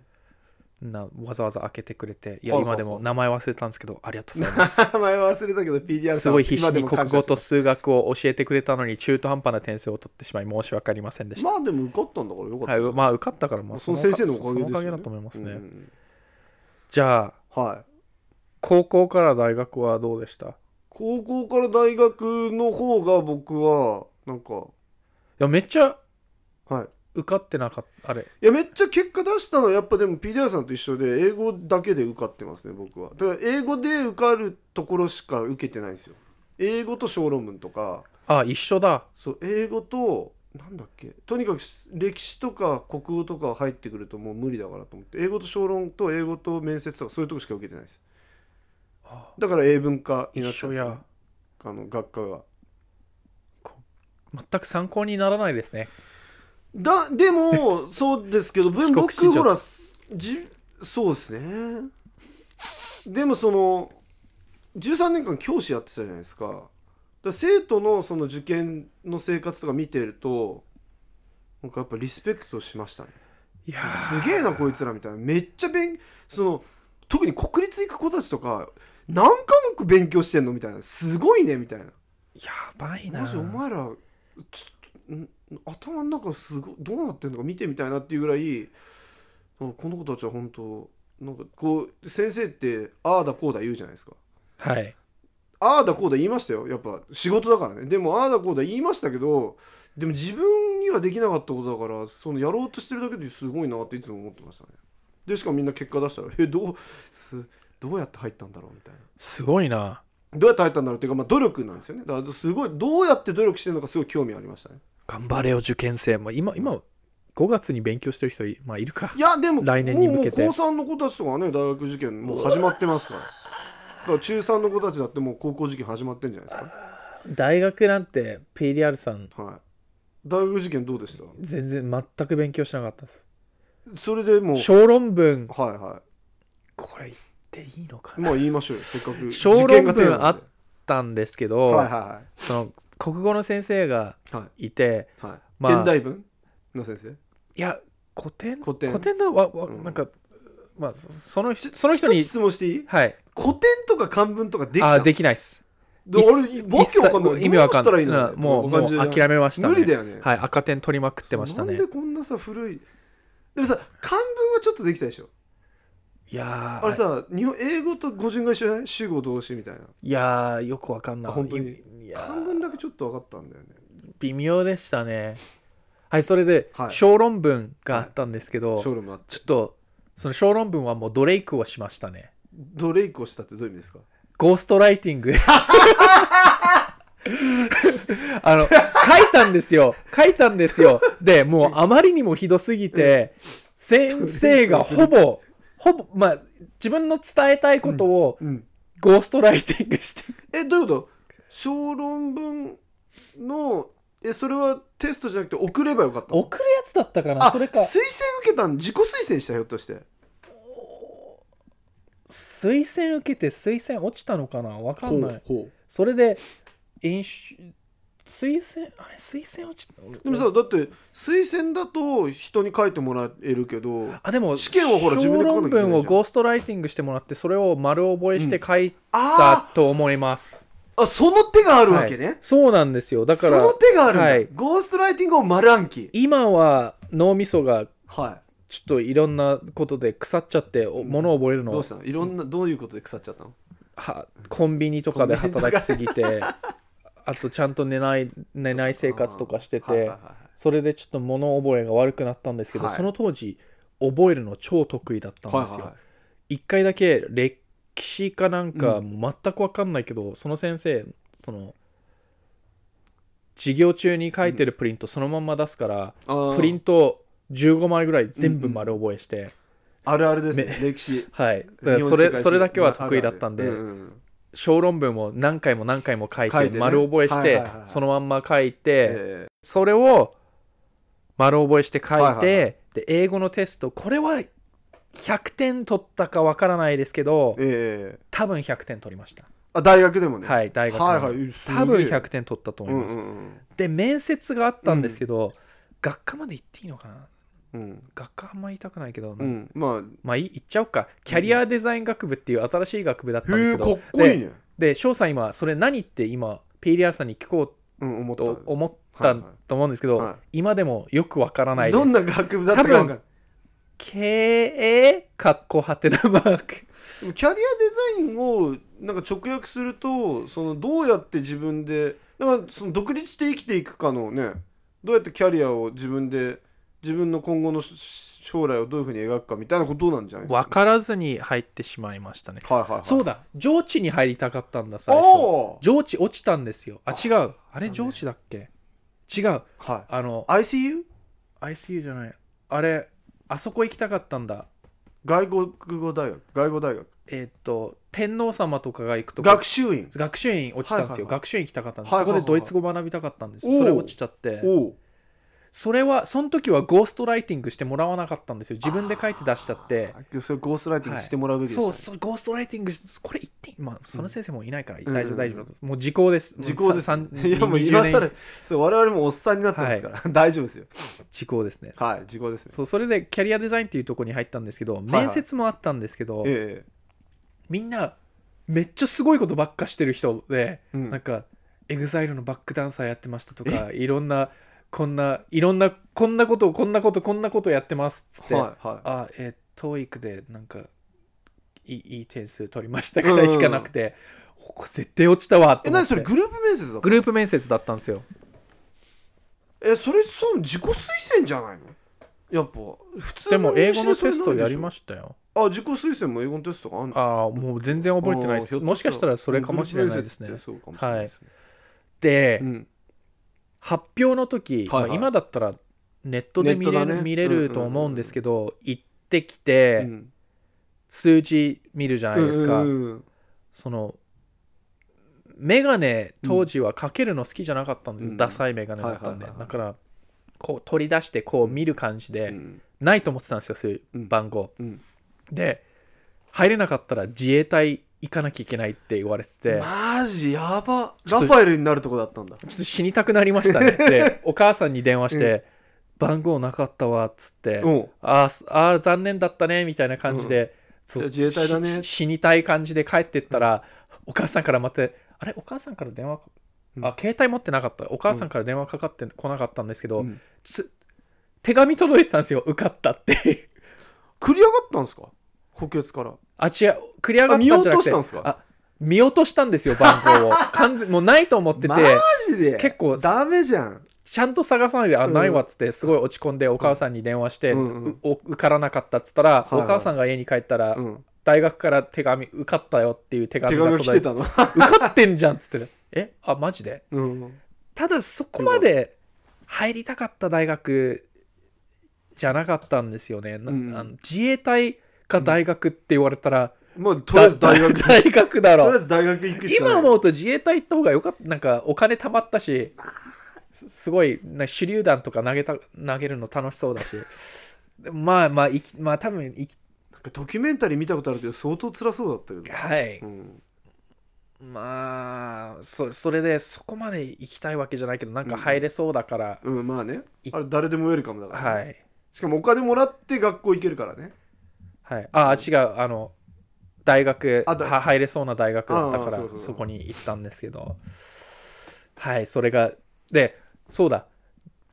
B: なわざわざ開けてくれてい
A: は
B: や
A: いはいは
B: 今
A: い
B: でも名前忘れたんですけどありがとうござい ます
A: 名前は忘れたけど PDR さん
B: すごい必死
A: 今で
B: に
A: も
B: 国
A: 感謝
B: 語
A: して
B: と
A: ます
B: 数学を教えてくれたのに中途半端な点数を取ってしまい申し訳ありませんでした、
A: まあでも受かったんだからよかった
B: はい、まあ受かったから、まあ、
A: その先生のお
B: そ
A: かげ
B: の
A: ですよね
B: おかげだと思いますね、
A: うん
B: じゃあ
A: はい
B: 高校から大学はどうでしたい
A: 高校から大学の方が僕はなんか
B: やめっちゃ
A: はい
B: 受かってなかったあれ
A: いやめっちゃ結果出したのはやっぱでも PDR さんと一緒で英語だけで受かってますね僕はだから英語で受かるところしか受けてないんですよ英語と小論文とか
B: あ一緒だ
A: そう英語となんだっけとにかくし歴史とか国語とか入ってくるともう無理だからと思って英語と小論と英語と面接とかそういうとこしか受けてないです
B: あ
A: だから英文化に
B: 一
A: なっちゃ
B: 緒
A: うんですよ
B: や
A: あの学科が
B: 全く参考にならないですね
A: だでもそうですけど
B: ちょっと
A: 文
B: 遅刻しちゃ
A: 僕
B: う
A: ほらじそうですねでもその13年間教師やってたじゃないですかだから生徒のその受験の生活とか見てるとなんかやっぱリスペクトしましたね
B: いや
A: すげえなこいつらみたいなめっちゃ勉その特に国立行く子たちとか何科目勉強してんのみたいなすごいねみたいな
B: やばいな
A: マジお前らちょっとん頭の中すごいどうなってんのか見てみたいなっていうぐらいあこの子たちは本当なんかこう先生ってああだこうだ言うじゃないですか
B: はい
A: ああだこうだ言いましたよやっぱ仕事だからねでもああだこうだ言いましたけどでも自分にはできなかったことだからそのやろうとしてるだけですごいなっていつも思ってましたねでしかもみんな結果出したらえどうすどうやって入ったんだろうみたいな
B: すごいな
A: どうやって入ったんだろうっていうか、まあ、努力なんですよねだからすごいどうやって努力してるのかすごい興味ありましたね
B: 頑張れよ受験生、まあ、今今5月に勉強してる人い,、まあ、いるか
A: いやでも
B: 来年に向けて
A: もうもう高3の子たちとかはね大学受験もう始まってますからだから中3の子たちだってもう高校受験始まってんじゃないです
B: 大学なんて PDR さん
A: かはい大学受験どうでした
B: 全然全く勉強しなかったです
A: それでもう
B: 小論文
A: はいは
B: これ言っていいのか
A: い
B: なあっ
A: もう言いましょうよせっかく
B: 小論文
A: 受験がテーマなんで
B: たんですけど、
A: はいは
B: その国語の先生が
A: いはい
B: いて
A: はいはい、
B: まあ
A: 現代文の先生
B: いや古典
A: 古典
B: だわわ
A: うん
B: なんか、まあそその人その人に
A: 一つ質問していい
B: はい
A: 古典とか漢文とかできた
B: あできないっす
A: で俺わけわかんない
B: 意味わかん
A: どうした
B: な
A: ら
B: いう
A: いいの
B: んもう
A: こんな
B: も
A: 感じで
B: う諦めましたね
A: 無理だよね
B: はい赤点取りまくってました
A: な
B: ね
A: んでこんなさ古いでもさ漢文はちょっとできたでしょ
B: いやー
A: あれさ日本英語と語順が一緒じゃない主語動詞みたいない
B: やーよくわかんない
A: あ本当に
B: いやー
A: 漢文だけちょっと分かったんだよね
B: 微妙でしたねはいそれで、
A: はい
B: 小論文があったんですけど、
A: ショールームあって
B: ちょっとその小論文はもうドレイクをしましたね
A: ドレイクをしたってどういう意味ですか
B: ゴーストライティング あの書いたんですよ書いたんですよでもうあまりにもひどすぎて先生がほぼほぼまあ自分の伝えたいことを
A: うん
B: ゴーストライティングして
A: えどういうこと小論文のえそれはテストじゃなくて送ればよかったの
B: 送るやつだったかな
A: あ
B: それか
A: 推薦受けたの自己推薦したひょっとして
B: 推薦受けて推薦落ちたのかなわか
A: ほ
B: んな
A: う
B: い
A: ほ
B: それで飲酒推薦あれ推薦落ちた
A: うでもさだって推薦だと人に書いてもらえるけど
B: あでも
A: 試験はほら自分で書かなきゃいけないじゃん
B: 小論文をゴーストライティングしてもらってそれを丸覚えして書いた
A: あ
B: と思います、
A: ーあその手があるわ
B: はい
A: けね、
B: そうなんですよだか
A: そ
B: ら
A: の手があるんだ、
B: はい
A: ゴーストライティングを丸暗記
B: 今は脳みそが
A: は
B: ちょっといろんなことで腐っちゃってお
A: うん
B: 物を覚える
A: い
B: の
A: どうしたのいろんなどういうことで腐っちゃったの
B: はコンビニとかで
A: コンビニとか
B: 働きすぎて あとちゃんと寝ない寝ない生活とかしてて、
A: はいはいはいはい
B: それでちょっと物覚えが悪くなったんですけど、
A: はい
B: その当時覚えるの超得意だったんですよ、
A: はいはいはい
B: 一回だけ歴史かなんかもう全く分かんないけど、その先生その授業中に書いてるプリントそのまんま出すから、
A: あー
B: プリント15枚ぐらい全部丸覚えして、
A: あるあるですね歴史
B: はいだから
A: 日本
B: そ
A: 世
B: れ
A: 界史
B: それだけは得意だったんで、
A: まああるあるうんうん
B: 小論文を何回も何回も書いて
A: 書いてね
B: 丸覚えして、
A: はいはいはいはい
B: そのまんま書いて、
A: え
B: それを丸覚えして書いて、
A: はいはいは
B: で英語のテストこれは100点取ったかわからないですけど
A: ーえー
B: 多分100点取りました
A: あ大学でもね
B: はい大学の
A: はいはいすげえ
B: 多分100点取ったと思い
A: うん
B: ま
A: う
B: す、
A: ん
B: で面接があったんですけど、学科まで行っていいのかな
A: うんうん
B: 学科あんま言いたくないけど、
A: うんまあ
B: まあいい行っちゃおうかキャリアデザイン学部っていう新しい学部だったんで
A: へ
B: す
A: え
B: け
A: か
B: ど
A: っこいいね
B: で翔さん今それ何って今 p リアさんに聞こ
A: うん思
B: う
A: った
B: と思ったと思うんですけど、
A: はいはい
B: 今でもよくわからないです
A: どんな学部だったかわかんない
B: 経営かっこはてなマー ク
A: キャリアデザインをなんか直訳するとそのどうやって自分でなんかその独立して生きていくかのねどうやってキャリアを自分で自分の今後のし将来をどういうふうに描くかみたいなことなんじゃないですか
B: 分からずに入ってしまいましたね
A: はいはいはい
B: そうだ上智に入りたかったんだ最初
A: おー
B: 上智落ちたんですよあ違うあれ
A: 残念
B: 上智だっけ違う
A: はい
B: あの
A: ICU?
B: ICU じゃないあれあそこ行きたかったんだ
A: 外国語大学外語大学
B: えーっと天皇様とかが行くとこ
A: 学習院
B: 学習院落ちたんですよ、
A: はいはいはい
B: 学習院行きたかったんです、
A: はいはいはい
B: そこでドイツ語学びたかったんですよ
A: おう
B: それ落ちちゃって
A: おう
B: それはその時はゴーストライティングしてもらわなかったんですよ自分で書いて出しちゃって
A: あそれゴーストライティングしてもらうべきでしたね、
B: そうそうゴーストライティングしこれ言っていいまあその先生もいないから
A: うん
B: 大丈夫大丈夫もう時効です
A: 時効です、
B: もうさ
A: いやもう
B: 20
A: 今
B: 年
A: 更そう我々もおっさんになってますから、 大丈夫ですよ
B: 時効ですね
A: はい時効ですね
B: そうそれでキャリアデザインっていうところに入ったんですけど
A: はい
B: 面接もあったんですけど、
A: え
B: みんなめっちゃすごいことばっかしてる人で、
A: えうん
B: なんかエグザイルのバックダンサーやってましたとかいろんなこんないろんなこんなことをこんなことこんなことやってますっつって、
A: はいはい
B: あえー、トーイックでなんかいいいい点数取りましたぐらいしかなくて、ここ絶対落ちたわって
A: え
B: 思っ
A: 何
B: て
A: それグループ面接だった
B: グループ面接だったんですよ
A: えそれさ自己推薦じゃないのやっぱ普通
B: でも英語の
A: 入試で
B: テス
A: そ
B: ト
A: れな
B: や
A: いで
B: り
A: しょ
B: ましたよ
A: あ自己推薦も英語のテストがあんの
B: ああもう全然覚えてないで
A: あー
B: す
A: ひょっと
B: もしかしたらそれかもしれないですね
A: グループ面接ってそうかもしれないですね、
B: で、
A: うん
B: 発表の時、
A: はいはい
B: まあ今だったらネットで見れ
A: ネット
B: る,、
A: だね
B: 見れると思うんですけど、行ってきて、
A: うん
B: 数字見るじゃないですか、
A: うんうんうん
B: そのメガネ当時はかけるの好きじゃなかったんですよ、
A: うん
B: ダサいメガネだったんで、
A: はいはいはいはい
B: だからこう取り出してこう見る感じで、
A: うん
B: ないと思ってたんですよそういう
A: うん
B: 番号、
A: うん
B: で入れなかったら自衛隊行かなきゃいけないって言われてて、
A: マジやば
B: ちょ
A: ラ
B: っと
A: ファエルになるとこだったんだ
B: ちょっと死にたくなりました ねでお母さんに電話して、番号なかったわっつって、
A: うん
B: あーすあー残念だったねみたいな感じで、そう
A: じゃあ自衛隊だね
B: しし死にたい感じで帰ってったら、お母さんからまた「あれお母さんから電話か、
A: うん
B: あ携帯持ってなかったお母さんから電話かかってこなかったんですけど、
A: うん
B: つ手紙届いてたんですよ受かったって
A: 繰り上がったんですか補欠から
B: あ違う繰り上が
A: あ
B: ったん
A: 見
B: じゃな
A: 落
B: くて
A: としたんですか
B: あ見落としたんですよ番号を完全もうないと思 ってて、
A: マジで
B: 結構
A: ダメじゃん
B: ちゃんと探さないで、あ、
A: うん
B: ないわっつって、すごい落ち込んで、お母さんに電話して、
A: うんうん
B: うお受からなかったっつったら、
A: いはい
B: お母さんが家に帰ったら、
A: うん
B: 大学から手紙、受かったよっていう手
A: 手
B: 紙が
A: 紙
B: 届
A: が来て
B: いて、
A: たの
B: 受かってんじゃんっつって、え、あ、マジで
A: うん
B: ただ、そこまで入りたかった大学じゃなかったんですよね。な
A: うん
B: あの自衛隊か大学って言われたら、
A: まあとりあえず大学とり
B: 大学だ
A: あ
B: ろ
A: え。ず大学行くしかない
B: 今思うと自衛隊行った方がよかったなんかお金貯まったしすすごいな手榴弾とか投げた投げるの楽しそうだし まあまあいきまあ多分いき
A: なんかドキュメンタリー見たことあるけど相当辛そうだったけど
B: はい
A: うん
B: まあそそれでそこまで行きたいわけじゃないけどなんか
A: うん
B: 入れそうだから、
A: うんまあね
B: い
A: あれ誰でもウェルカムだから
B: は
A: ね
B: い
A: しかもお金もらって学校行けるからね
B: はいああ違うあの大学
A: あだ
B: は入れそうな大学だったか
A: ああ
B: ら
A: そうそう
B: そこに行ったんですけどはいそれがでそうだ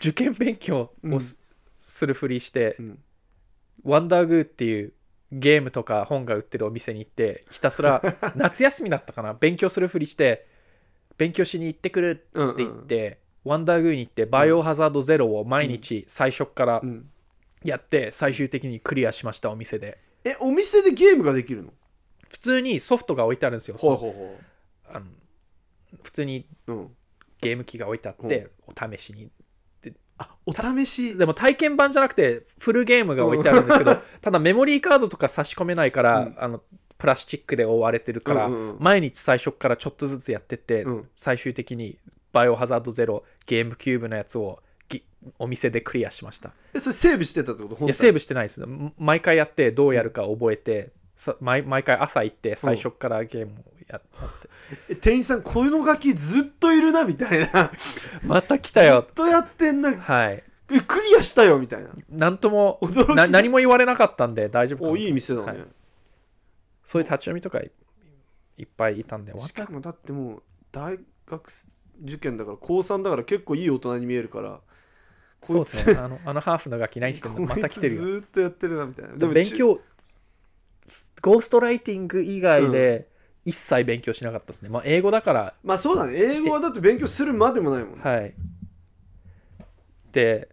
B: 受験勉強をす,、るふりして
A: うん
B: ワンダーグーっていうゲームとか本が売ってるお店に行ってひたす ら夏休みだったかな勉強するふりして勉強しに行ってくる
A: うんうん
B: って言って、ワンダーグーに行ってバイオハザードゼロを毎日最初から
A: うん
B: やって最終的にクリアしましたお店で
A: えお店でゲームができるの
B: 普通にソフトが置いてあるんですよ
A: ほうほうほ
B: あの普通に
A: ううん
B: ゲーム機が置いてあってお試しに
A: あお試し
B: でも体験版じゃなくてフルゲームが置いてあるんですけど ただメモリーカードとか差し込めないから、
A: うん
B: あのプラスチックで覆われてるから、
A: うんうんうん
B: 毎日最初からちょっとずつやってって、
A: うん
B: 最終的に「バイオハザードゼロゲームキューブのやつをぎお店でクリアしました
A: えそれセーブしてたってこと
B: い
A: 本
B: やセーブしてないですん毎回やってどうやるか覚えて、さ毎毎回朝行って最初からゲームをやって、
A: え店員さんこのガキずっといるなみたいな
B: また来たよ
A: ずっとやってんな
B: はい
A: えクリアしたよみたいな
B: なんとも
A: 驚き
B: な何も言われなかったんで大丈夫かな
A: おいい店だね、
B: はいそういう立ち読みとかいいっぱいいたんで、
A: しかもだってもう大学受験だから高3だから結構いい大人に見えるから
B: そう
A: こい
B: で
A: つ
B: すね、あのあのハーフのガキ何してんの また来てる
A: こい
B: よ。
A: つずーっとやってるなみたいな
B: でも
A: ち
B: 勉強、ゴーストライティング以外で一切勉強しなかったですね。まあ、英語だから、
A: まあそうだね英語はだって勉強するまでもないもん、ね、
B: はい。で、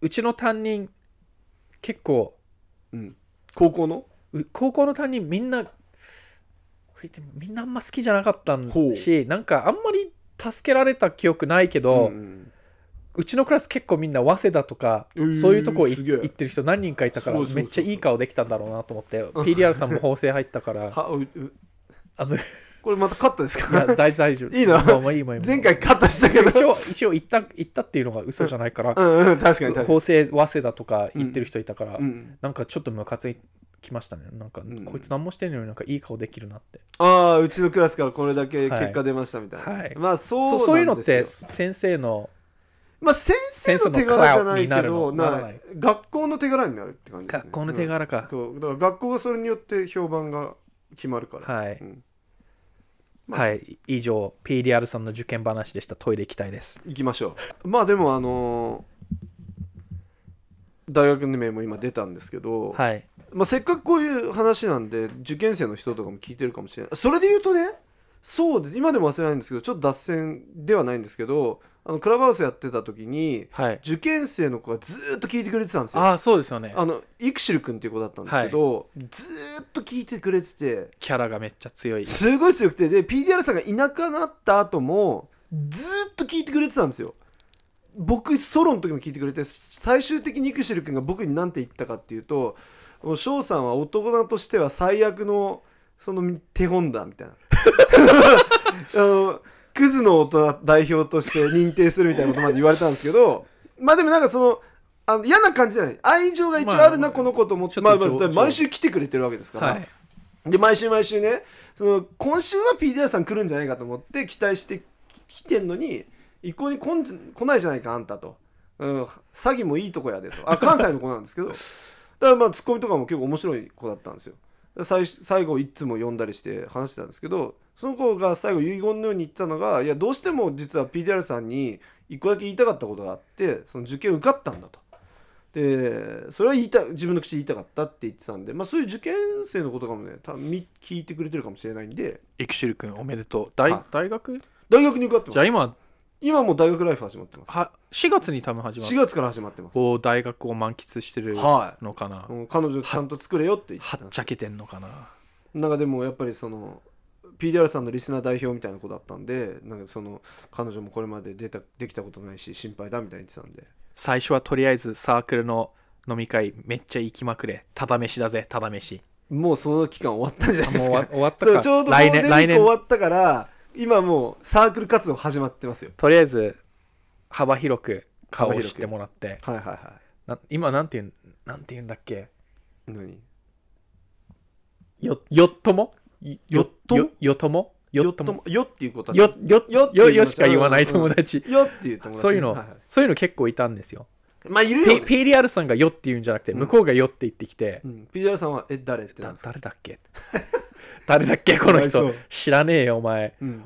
B: うちの担任、結構、
A: うん、高校の
B: う高校の担任みんな、みんなあんま好きじゃなかったん
A: ほう
B: し、なんかあんまり助けられた記憶ないけど、
A: ん
B: うちのクラス結構みんな早稲田とか、
A: えー
B: そういうとこい
A: すげえ
B: 行ってる人何人かいたから
A: そうそうそ
B: め
A: う
B: っちゃいい顔できたんだろうなと思 って、PDR さんも法制入ったから
A: はうう
B: あのい
A: これまたカットです
B: や
A: か
B: 大大丈夫
A: いいの
B: もうもういいもういいもう
A: 前回カットしたけど
B: 一応一応行った行ったっていうのが嘘じゃないから、
A: うんうん確かに確かに、
B: 法政早稲田とか行ってる人いたから、
A: うん、
B: なんかちょっとムカついきましたねなんか、
A: ん
B: こいつ何もしてんのになんかいい顔できるなって
A: ああうちのクラスからこれだけ結果出ましたみたいな、
B: はい
A: まあそう
B: そうそういうのって
A: のって
B: 先生の
A: まあ先生の手柄じゃない
B: 先生のクラウド
A: けど
B: になるのなら
A: な
B: ない
A: 学校の手柄になるって感じです、ね、
B: 学校の手柄か、
A: そうだから学校がそれによって評判が決まるから、
B: はい、
A: うんまあ
B: はい以上 PDR さんの受験話でしたトイレ行きたいです
A: 行きましょうまあでもあのー大学の名も今出たんですけど、
B: はい
A: まあ、せっかくこういう話なんで受験生の人とかも聞いてるかもしれないそれで言うとねそうです今でも忘れないんですけどちょっと脱線ではないんですけどあのクラブハウスやってた時に
B: はい
A: 受験生の子がずーっと聞いてくれてたんですよ
B: ああそうですよね
A: あのイクシル君っていう子だったんですけど、ずーっと聞いてくれてて
B: キャラがめっちゃ強い
A: すごい強くてで PDR さんがいなくなった後もずーっと聞いてくれてたんですよ僕ソロの時も聞いてくれて最終的にイクシル君が僕に何て言ったかっていうと「もう翔さんは男名としては最悪のその手本だ」みたいな あのクズの大人代表として認定するみたいなことまで言われたんですけどまあでもなんかそのあの嫌な感じじゃない愛情が一応ある
B: ま
A: な、
B: あ
A: この子と思って、
B: ちょっ
A: まあ、
B: と
A: まあ
B: 情情
A: 毎週来てくれてるわけですから、
B: はい
A: で毎週毎週ねその今週は PDR さん来るんじゃないかと思って期待してき来てんのに一向に来んじ来ないじゃないかあんたと、うん、詐欺もいいとこやでとあ関西の子なんですけどだからまあツッコミとかも結構面白い子だったんですよ最最後いつも呼んだりして話してたんですけどその子が最後遺言のように言ってたのがいやどうしても実は PDR さんに一個だけ言いたかったことがあってその受験受かったんだと。でそれは言いた自分の口で言いたかったって言ってたんで、まあ、そういう受験生のことかもね多分み聞いてくれてるかもしれないんで
B: エキシル君おめでとう大,、
A: はい
B: 大学
A: 大学に受かって
B: じゃ
A: ま
B: あ
A: す
B: 今
A: 今もう大学ライフ始まってます
B: は4月に多分始ま
A: 4
B: る
A: 月から始まってます
B: こう大学を満喫してる
A: は
B: のかな、
A: い、うん彼女ちゃんと作れよって言って
B: は
A: たん
B: っ
A: です
B: ちゃけてんのかな
A: なんかでもやっぱりその PDR さんのリスナー代表みたいな子だったんでなんかその彼女もこれまで出たできたことないし心配だみたいに言ってたんで
B: 最初はとりあえずサークルの飲み会めっちゃ行きまくれただ飯だぜただ飯
A: もうその期間終わったんじゃ
B: あ
A: ないで
B: もう
A: す
B: 終わ
A: か
B: 終わった
A: そ
B: か
A: うちょうどゴー
B: 来
A: ルデ
B: 年
A: ンウィ
B: 来
A: ーク終
B: 年
A: わったから今もうサークル活動始まってますよ
B: とりあえず幅広く顔を
A: 幅
B: 知
A: 広
B: っ
A: く
B: てもらって
A: はいはいは
B: な今なんていうんなんて言うんだっけ
A: い何
B: よよっともよ
A: よっとも
B: よよともよっとも
A: よっていう子たち
B: よよ
A: よ
B: よ
A: っていう
B: よ
A: 友達
B: しか言わない
A: うんうん
B: 友達
A: よっていう友達
B: そういうの
A: はいは
B: そういうの結構いたんですよ
A: いまあいるよ、
B: P-
A: ね
B: PDR さんがよって言うんじゃなくて
A: うん
B: 向こうがよって言ってきて
A: うん、PDR さんはえ誰ってな
B: だ
A: んですか
B: 誰だっけ 誰だっけこの
A: かわ
B: 人
A: いそう
B: 知らねえよお前
A: うん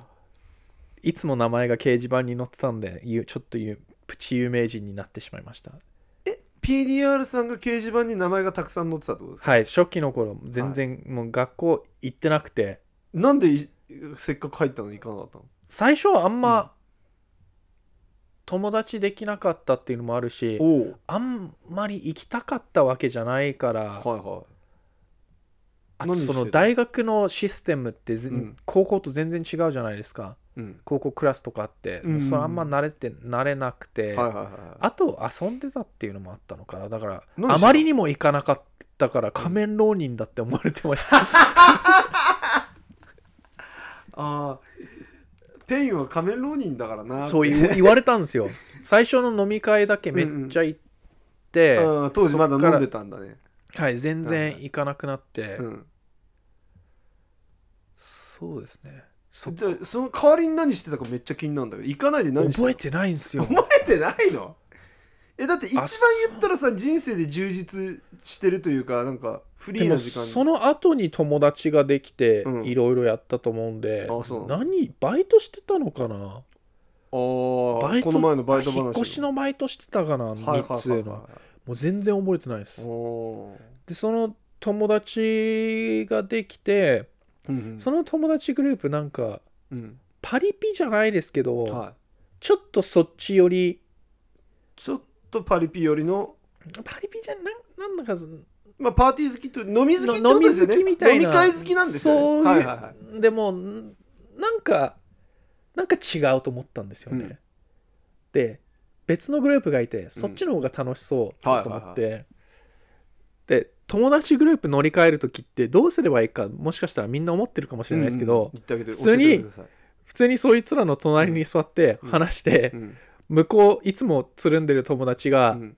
B: いつも名前が掲示板に載ってたんでゆちょっとゆプチ有名人になってしまいました
A: PDR さんが掲示板に名前がたくさん載ってたってことですか、
B: はい初期の頃全然もう学校行ってなくて、
A: なんでいせっかく入ったのに行かなかったの
B: 最初はあんま、
A: うん
B: 友達できなかったっていうのもあるし
A: おお
B: あんまり行きたかったわけじゃないから、
A: はいは
B: あと
A: 何して
B: そ
A: た
B: の大学のシステムってぜん
A: うん
B: 高校と全然違うじゃないですか
A: い。うん。
B: 高校クラスとかあって、
A: うん
B: それあんま慣れて慣れなくて、
A: はいはいはい。
B: あと遊んでたっていうのもあったのかなだから
A: 何してた
B: あまりにも行かなかったから仮面浪人だって思われてました、
A: ああ。ペインは仮面浪人だからな。
B: そう言う言われたんですよ最初の飲み会だけめっちゃ行って、
A: うん当時まだ飲んでたんだね。
B: はい全然行かなくなって、
A: うん。
B: そうですねそ
A: じゃあその代わりに何してたかめっちゃ気になるんだけど、行かないで 何して
B: 覚えてないんです
A: た
B: よ
A: 覚えてないのえ、だって一番言ったらさ、人生で充実してるというか、なんかフリ
B: で
A: ーな
B: も
A: 時間に
B: その後に友達ができて
A: うん
B: いろいろやったと思うんで、
A: あそうな
B: 何バイトしてたのかな
A: あ
B: バ
A: あ、
B: イト
A: この前のバイト話。
B: 引っ越しのバイトしてたかな
A: はい
B: 3
A: はい
B: つ
A: はい
B: の
A: は
B: もう全然覚えてないで
A: い。
B: す
A: おお
B: でその友達ができて
A: ー。うんうん
B: その友達グループなんか
A: うん。
B: パリピじゃないですけど、
A: はい。
B: ちょっとそっち寄り
A: ちょっとパリピ寄りの
B: パリピじゃなんなんだか
A: まあ、パーティー好きと飲み好きってこ
B: 飲
A: と
B: み
A: ですよ
B: 好
A: ね。
B: きみたいな
A: 飲み会好きなんですよ、ね。
B: そう、
A: はいいうはいはい。
B: でもんなんかなんか違うと思ったんですよね、
A: うん
B: で別のグループがいてそっちの方が楽しそうと思って、で友達グループ乗り換える時ってどうすればいいかもしかしたらみんな思ってるかもしれないですけど、
A: うんうん言ってあげて
B: 普通に
A: 教えてください
B: 普通にそいつらの隣に座って
A: うん
B: 話して、
A: うん
B: 向こういつもつるんでる友達が「
A: うん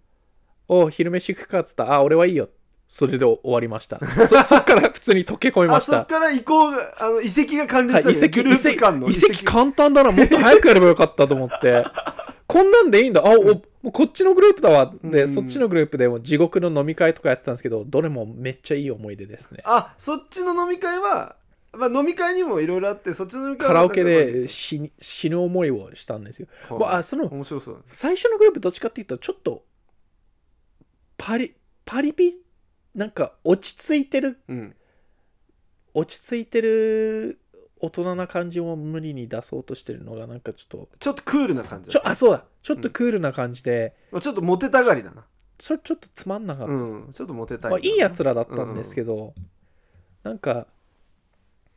B: お昼飯行くか」っつったら「あ俺はいいよ」それで終わりましたそそっから普通に溶け込みま
A: あ
B: し
A: そ
B: た
A: っから移行があの移籍が完了
B: は
A: したん
B: い、遺
A: ですね、
B: 跡
A: グループ間の
B: 遺跡簡単だなもっと早くやればよかったと思って こんなんでいいんだあおもうこっちのグループだわで、
A: うんうん
B: そっちのグループでも地獄の飲み会とかやってたんですけどどれもめっちゃいい思い出ですね
A: あそっちの飲み会は、まあ、飲み会にもいろいろあってそっちの飲み
B: カ
A: 会は
B: ラオケ
A: なん
B: で
A: か
B: 死に死ぬ思いをしたんですよ、
A: ま
B: ま
A: あ
B: ああその
A: 面白そうだね
B: 最初のグループどっちかっていうとちょっとパリパリピなんか落ち着いてる
A: うん
B: 落ち着いてる大人な感じも無理に出そうとしてるのがなんかちょっと
A: ちょっとクールな感じ
B: ち
A: だ
B: ょあそうだちょっとクールな感じで、
A: まあ、ちょっとモテたがりだな
B: それちょっとつまんなかった、
A: うんちょっとモテたい、
B: まあ、いいやつらだったんですけど、なんか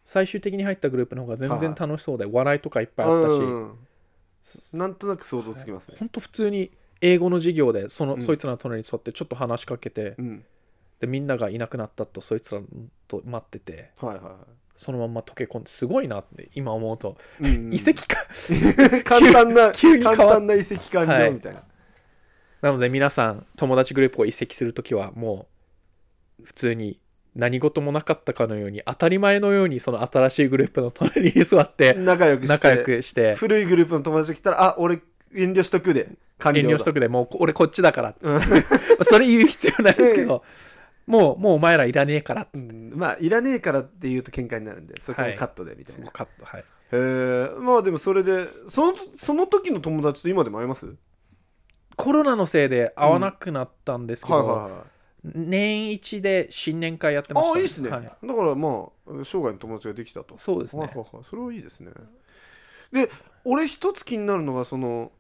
B: 最終的に入ったグループの方が全然楽しそうで、笑いとかいっぱいあったし、
A: うんなんとなく想像つきますね、
B: ほんと普通に英語の授業でその、
A: うん
B: そいつらの隣に座ってちょっと話しかけて
A: うん
B: でみんながいなくなったとそいつらと待ってて
A: はいはいは
B: そのまんま溶け込んですごいなって今思うと、
A: い、うんうん
B: 遺跡か
A: 簡単な
B: 急に変わ
A: 簡
B: っ
A: 単な遺跡完
B: は
A: 了
B: い
A: みたいな、
B: なので皆さん友達グループを移籍するときはもう普通に何事もなかったかのように当たり前のようにその新しいグループの隣に座 って
A: 仲良くして
B: 仲良くして
A: 古いグループの友達が来たらあ俺遠慮しとくで完了
B: 遠
A: だ
B: 慮しとくでもうこ俺こっちだからっつって
A: うん
B: それ言う必要ないですけど、もう、もうお前らいらねえからっ
A: う
B: つって。
A: ん まあいらねえからって言うと喧嘩になるんでそこ
B: は
A: を
B: い
A: カットでみたい
B: そ
A: な、
B: こカット。はい。
A: へえまあでもそれでそのその時の友達と今でも会えますは
B: コロナのせいで会わなくなったんですけ
A: いはい
B: ど、
A: は
B: 年一で新年会やって
A: い
B: ました、
A: ああいいっすね、
B: はい
A: だからまあ生涯の友達ができたと
B: そうですね
A: はい。はいはいそれはいいですねで俺一つ気になるのがその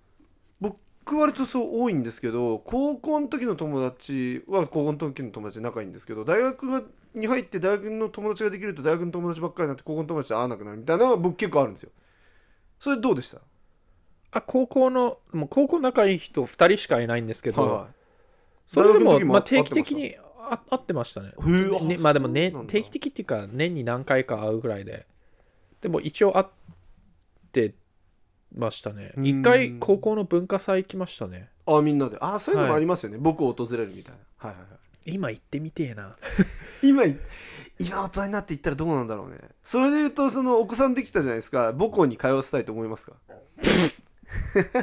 A: 僕割とそう多いんですけど高校の時の友達は高校の時の友達で仲いいんですけど大学がに入って大学の友達ができると大学の友達ばっかりになって高校の友達と会わなくなるみたいなのが僕結構あるんですよそれどうでした
B: あ高校の、もう高校仲いい人2人しかいないんですけど、
A: は
B: それで
A: 大学の
B: も
A: 時も
B: まあ、定
A: 会ってまし
B: 期
A: た
B: 的にあ会ってましたね。
A: いへえあ
B: ねまあでも、ね
A: そうなん、だ
B: 定期的っていうか年に何回か会うぐらいででも一応会ってましたね
A: うん
B: 一回高校の文化祭行きましたね
A: あみんなであそういうのもありますよね、僕を訪れるみたいなはいはいはい
B: 今行ってみてえ な
A: 今い今大人になっていったらどうなんだろうねそれで言うとそのお子さんできたじゃないですか母校に通わせたいと思いますか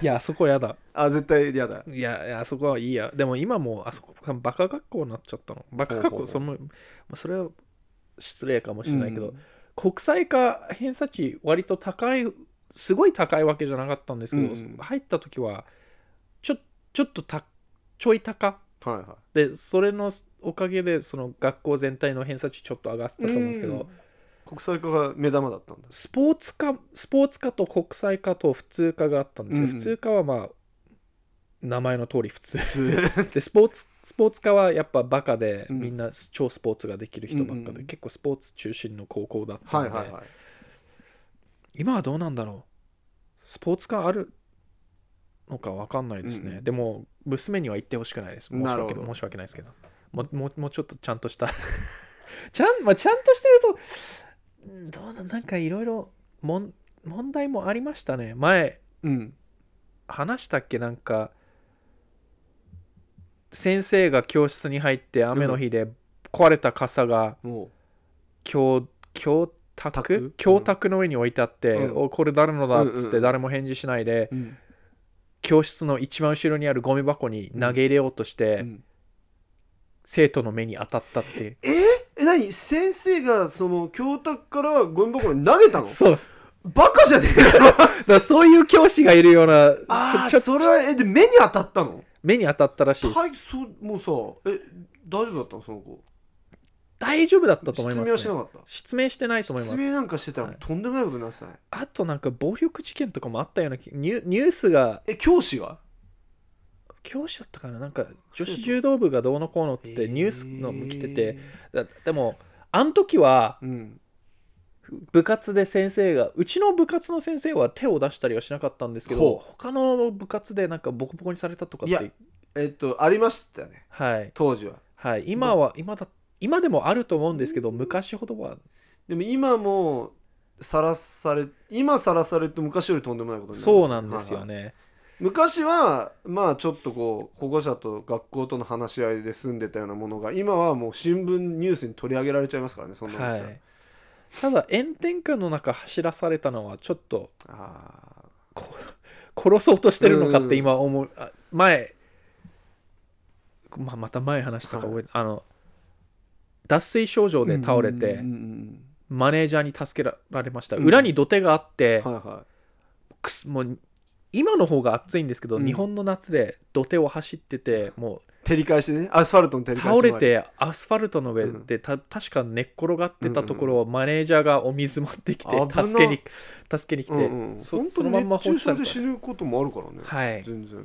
B: いやあそこやだ
A: あ絶対嫌だ
B: いやいやあそこはいいやでも今もうあそこバカ学校になっちゃったのバカ
A: ほう
B: 学
A: ほうほ
B: 校
A: う
B: そのまあそれは失礼かもしれないけど、
A: うん
B: 国際化偏差値割と高いすごい高いわけじゃなかったんですけど、
A: うんうん
B: 入った時はちょちょっとたちょい高
A: はいはい
B: でそれのおかげでその学校全体の偏差値ちょっと上がってたと思うんですけど、
A: うん国際化が目玉だったん だ
B: スポーツ科スポーツ科と国際科と普通科があったんですよ、
A: うんうん
B: 普通科はまあ名前の通り普通でスポーツスポーツ科はやっぱバカで、
A: うん
B: みんな超スポーツができる人ばっかで、
A: うんうん
B: 結構スポーツ中心の高校だった
A: は
B: ん
A: い
B: で、
A: はいはい
B: 今はどうなんだろうスポーツ科あるのか分かんないですね、
A: うんうん
B: でも娘には行ってほしくないです申し
A: なる
B: 訳
A: ほど
B: 申し訳ないですけどもうもうもうちょっとちゃんとした ちゃん、まあ、ちゃんとしてるとうんどうなんなんかいろいろもん問題もありましたね前
A: うん
B: 話したっけなんか先生が教室に入って雨の日で壊れた傘が
A: もう
B: 教教
A: 卓
B: 託教託の上に置いてあって、
A: うん
B: おこれ誰のだっつっ
A: うんうんう
B: て
A: ん
B: 誰も返事しないで、
A: うん
B: 教室の一番後ろにあるゴミ箱に投げ入れようとして、
A: うん
B: 生徒の目に当たったっていう
A: え何先生がその教託からゴミ箱に投げた の
B: そうっす
A: バカじゃねえ よ
B: だからそういう教師がいるような
A: あ
B: ち
A: あ
B: ょちょ
A: それはえで目に当たったの
B: 目に当たったらしいです、
A: 体操もうさえ大丈夫だったのその子
B: 大丈夫だったと思い
A: 失
B: ま
A: 明はし
B: す、
A: な
B: ね、
A: かった
B: 失明してないと思いま
A: 失
B: す
A: 明なんかしてたらとんでもないことになってたね
B: あとなんか暴力事件とかもあったような気ニュニュースが
A: え教師が
B: 教師だったかななんか女
A: そうだ
B: 子柔道部がどうのこうのっつっ
A: え
B: て
A: ー
B: ニュースのも来てて、だでもあの時は
A: うん
B: 部活で先生がうちの部活の先生は手を出したりはしなかったんですけど
A: ほう
B: 他の部活でなんかボコボコにされたとかっ
A: いや
B: て
A: えっとありましたね
B: はい
A: 当時は
B: はい今は今だ今でもあると思うんですけど昔ほどは
A: でも今もさらされ今さらされると昔よりとんでもないことにな
B: そうなんです
A: は
B: よ
A: いはい
B: ね
A: 昔はまあちょっとこう保護者と学校との話し合いで済んでたようなものが今はもう新聞ニュースに取り上げられちゃいますからねそんなの
B: は
A: したら
B: いただ炎天下の中走らされたのはちょっと
A: あー
B: こ殺そうとしてるのかって
A: うん
B: 今思うあ前、まあ、また前話したか覚えて、あの脱水症状で倒れて、
A: うんうん
B: マネージャーに助けられました、
A: うん
B: 裏に土手があって、
A: うんうんはいは
B: くすもう今の方が暑いんですけど、
A: うん
B: 日本の夏で土手を走ってても
A: い照り返しでねアスファルトの照
B: う
A: り返し
B: 倒れ
A: もあり
B: てアスファルトの上で、た確か寝っ転がってたところを、マネージャーがお水持ってきて
A: 危な
B: 助けに助けに来て、
A: うんうん、
B: そ
A: 本
B: そ
A: 当
B: の
A: に
B: まんま
A: 熱
B: 放置
A: 中
B: さ
A: 症
B: れ
A: で
B: た
A: 死ぬこともあるからね、
B: はい
A: 全然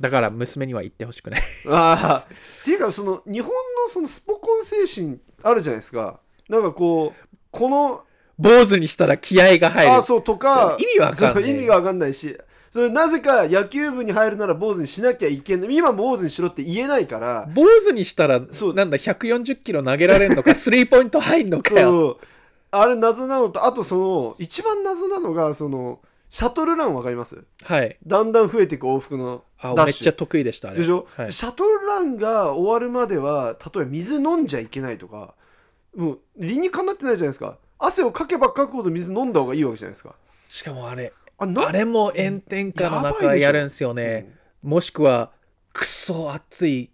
B: だから娘には言ってほしくない
A: ああっていうかその日本のそのスポコン精神あるじゃないですかなんかこうこの、
B: 坊主にしたら気合が入る
A: ああそうとか
B: 意味わかんない
A: そう意味がわかんないしそれなぜか野球部に入るなら坊主にしなきゃいけない今も坊主にしろって言えないから
B: 坊主にしたら
A: そう
B: なんだ140キロ投げられるの かスリーポイント入んのかよ
A: そうあれ謎なのとあとその一番謎なのがそのシャトルランわかります
B: はい
A: だんだん増えていく往復の
B: あ
A: ダッ
B: めっ
A: シュ
B: ちゃ得意でしたあれ
A: でしょ、
B: はい、
A: シャトルランが終わるまでは例えば水飲んじゃいけないとかもう理にかなってないじゃないですか汗をかけばかくほど水飲んだ方がいいわけじゃないですか
B: しかもあれ
A: あな
B: あれも炎天下の
A: やばい
B: 中
A: でしょ
B: やるんすよね、もしくはくっそ暑い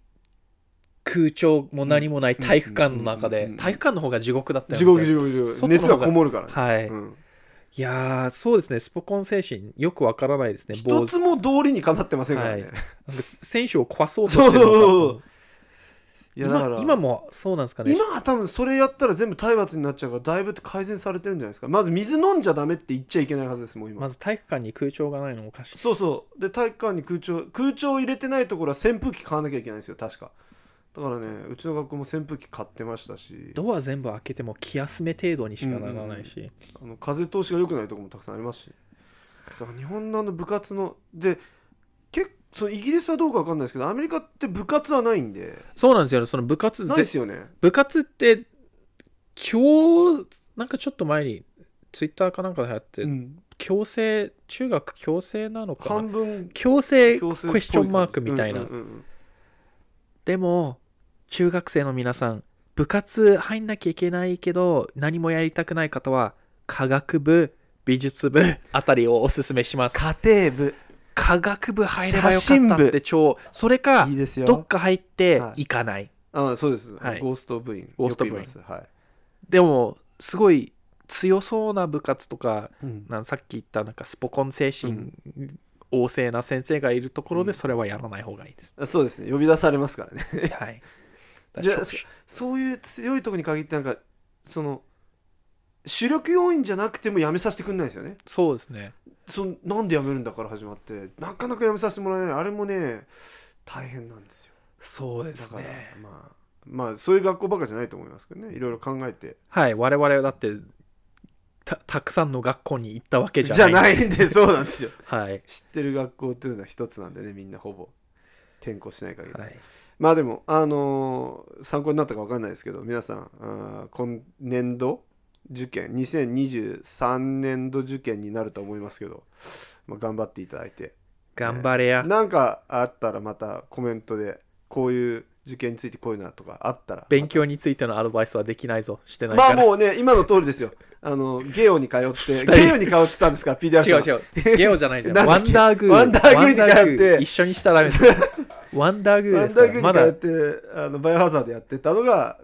B: 空調も何もない体育館の中
A: うんうんうん
B: で
A: うん
B: 体育館の方が地獄だった
A: 地獄
B: ね
A: 地獄地獄
B: 外の
A: 熱
B: 方
A: がこもるからね、
B: はい、
A: うん
B: いやーそうですねスポコン精神よくわからないですね
A: 一つ
B: 坊
A: も道理にかなってませんからね、
B: はいなんか選手を壊そうとしてるのか
A: そうそうそういやだから
B: 今今もそうなんですかね
A: 今は多分それやったら全部体罰になっちゃうからだいぶ改善されてるんじゃないですかまず水飲んじゃダメって言っちゃいけないはずですもん今、
B: まず体育館に空調がないのもおかしい
A: そうそうで体育館に空調空調を入れてないところは扇風機買わなきゃいけないんですよ確かだからねうちの学校も扇風機買ってましたし
B: ドア全部開けても気休め程度にしかならないし、
A: あの風通しが良くないところもたくさんありますしだから日本のあの部活ので結構そのイギリスはどうか分かんないですけどアメリカって部活はないんで
B: そうなんですよねその部活
A: ない
B: ぜ
A: ですよね
B: 部活って今日なんかちょっと前にツイッターかなんかで流行って、
A: うん
B: 強制中学強制なのかな
A: 半分
B: 強制
A: 強制っぽ
B: ク
A: い感じ
B: エスチョンマークみたいな、
A: うんうんうん
B: でも中学生の皆さん部活入んなきゃいけないけど何もやりたくない方は科学部美術部あたりをおすすめします
A: 家庭部
B: 科学部入ればよ
A: 写真
B: かったっ
A: 部
B: て超それか
A: いいですよ
B: どっか入って
A: はい
B: 行かない
A: あそうです、
B: はい
A: ゴースト部員
B: ゴースト部員
A: よく言いますはい、
B: でもすごい強そうな部活とか
A: うん
B: なんさっき言ったなんかスポコン精
A: う
B: 神
A: ん
B: 旺盛な先生がいるところ
A: う
B: で
A: ん
B: それはやらない方がいいです。
A: あそうですね呼び出されますからね
B: はい。
A: じゃあ
B: だからしょ
A: そういう強いところに限ってなんかその主力要員じゃなくても辞めさせてくんないですよね
B: そうですね。
A: そのなんで辞めるんだから始まってなかなか辞めさせてもらえないあれもね大変なんですよ
B: そうで
A: だ
B: す
A: から、
B: ね。
A: まあまあそういう学校ばっかじゃないと思いますけどねいろいろ考えて
B: はい。我々はだってたたくさんの学校に行ったわけじ
A: じゃ
B: ゃない。
A: ないんでそうなんですよ
B: はい。はい。
A: 知ってる学校というのは一つなんでねみんなほぼ転校しない限り、まあでもあのー参考になったか分かんないですけど皆さんあー今年度受験2023年度受験になると思いますけど、まあ、頑張っていただいて
B: 頑張れや。
A: なんかあったらまたコメントでこういう受験についてこういうのとかあったら
B: 勉強についてのアドバイスはできないぞ。してない
A: ま
B: か
A: あ
B: ら。
A: もうね今の通りですよあのゲオに通っ
B: 人
A: てゲオに通ってたんですから PDR さん
B: 違う違う。ゲオじゃないじゃん。
A: なんだ
B: ワ
A: っ
B: ン
A: け
B: ダーグー。
A: ワンダーグーに
B: ワンダ
A: 通って
B: 一緒にしたらダメです。 ワンダーグー
A: ワ
B: で
A: ン
B: す
A: ダ
B: か
A: ー
B: ら。
A: グに
B: ま
A: 通
B: だ
A: って、あのバイオハザードやってたのが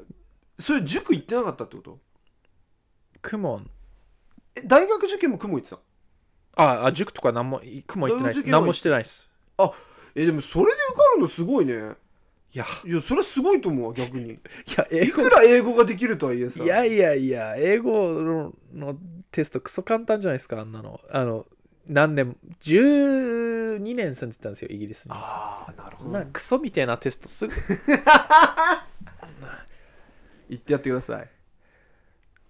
A: それ塾行ってなかったってこと
B: クモン。
A: え大学受験も雲行ってたの
B: ああ、塾とか何も、雲行ってないで
A: 大学受
B: す。
A: 験は
B: 何もしてないです。
A: えでもそれで受かるのすごいね
B: いや、
A: いやそれすごいと思うわ逆に
B: いや、英
A: い
B: 語
A: く。ら英語ができるとはいえさ
B: いやいやいや、英語ののテストクソ簡単じゃないですか、あんなの。あの、何年、12年住んでたんですよ、イギリスに。
A: ああなるほど
B: なクソみたいなテストすぐ
A: 言ってやってください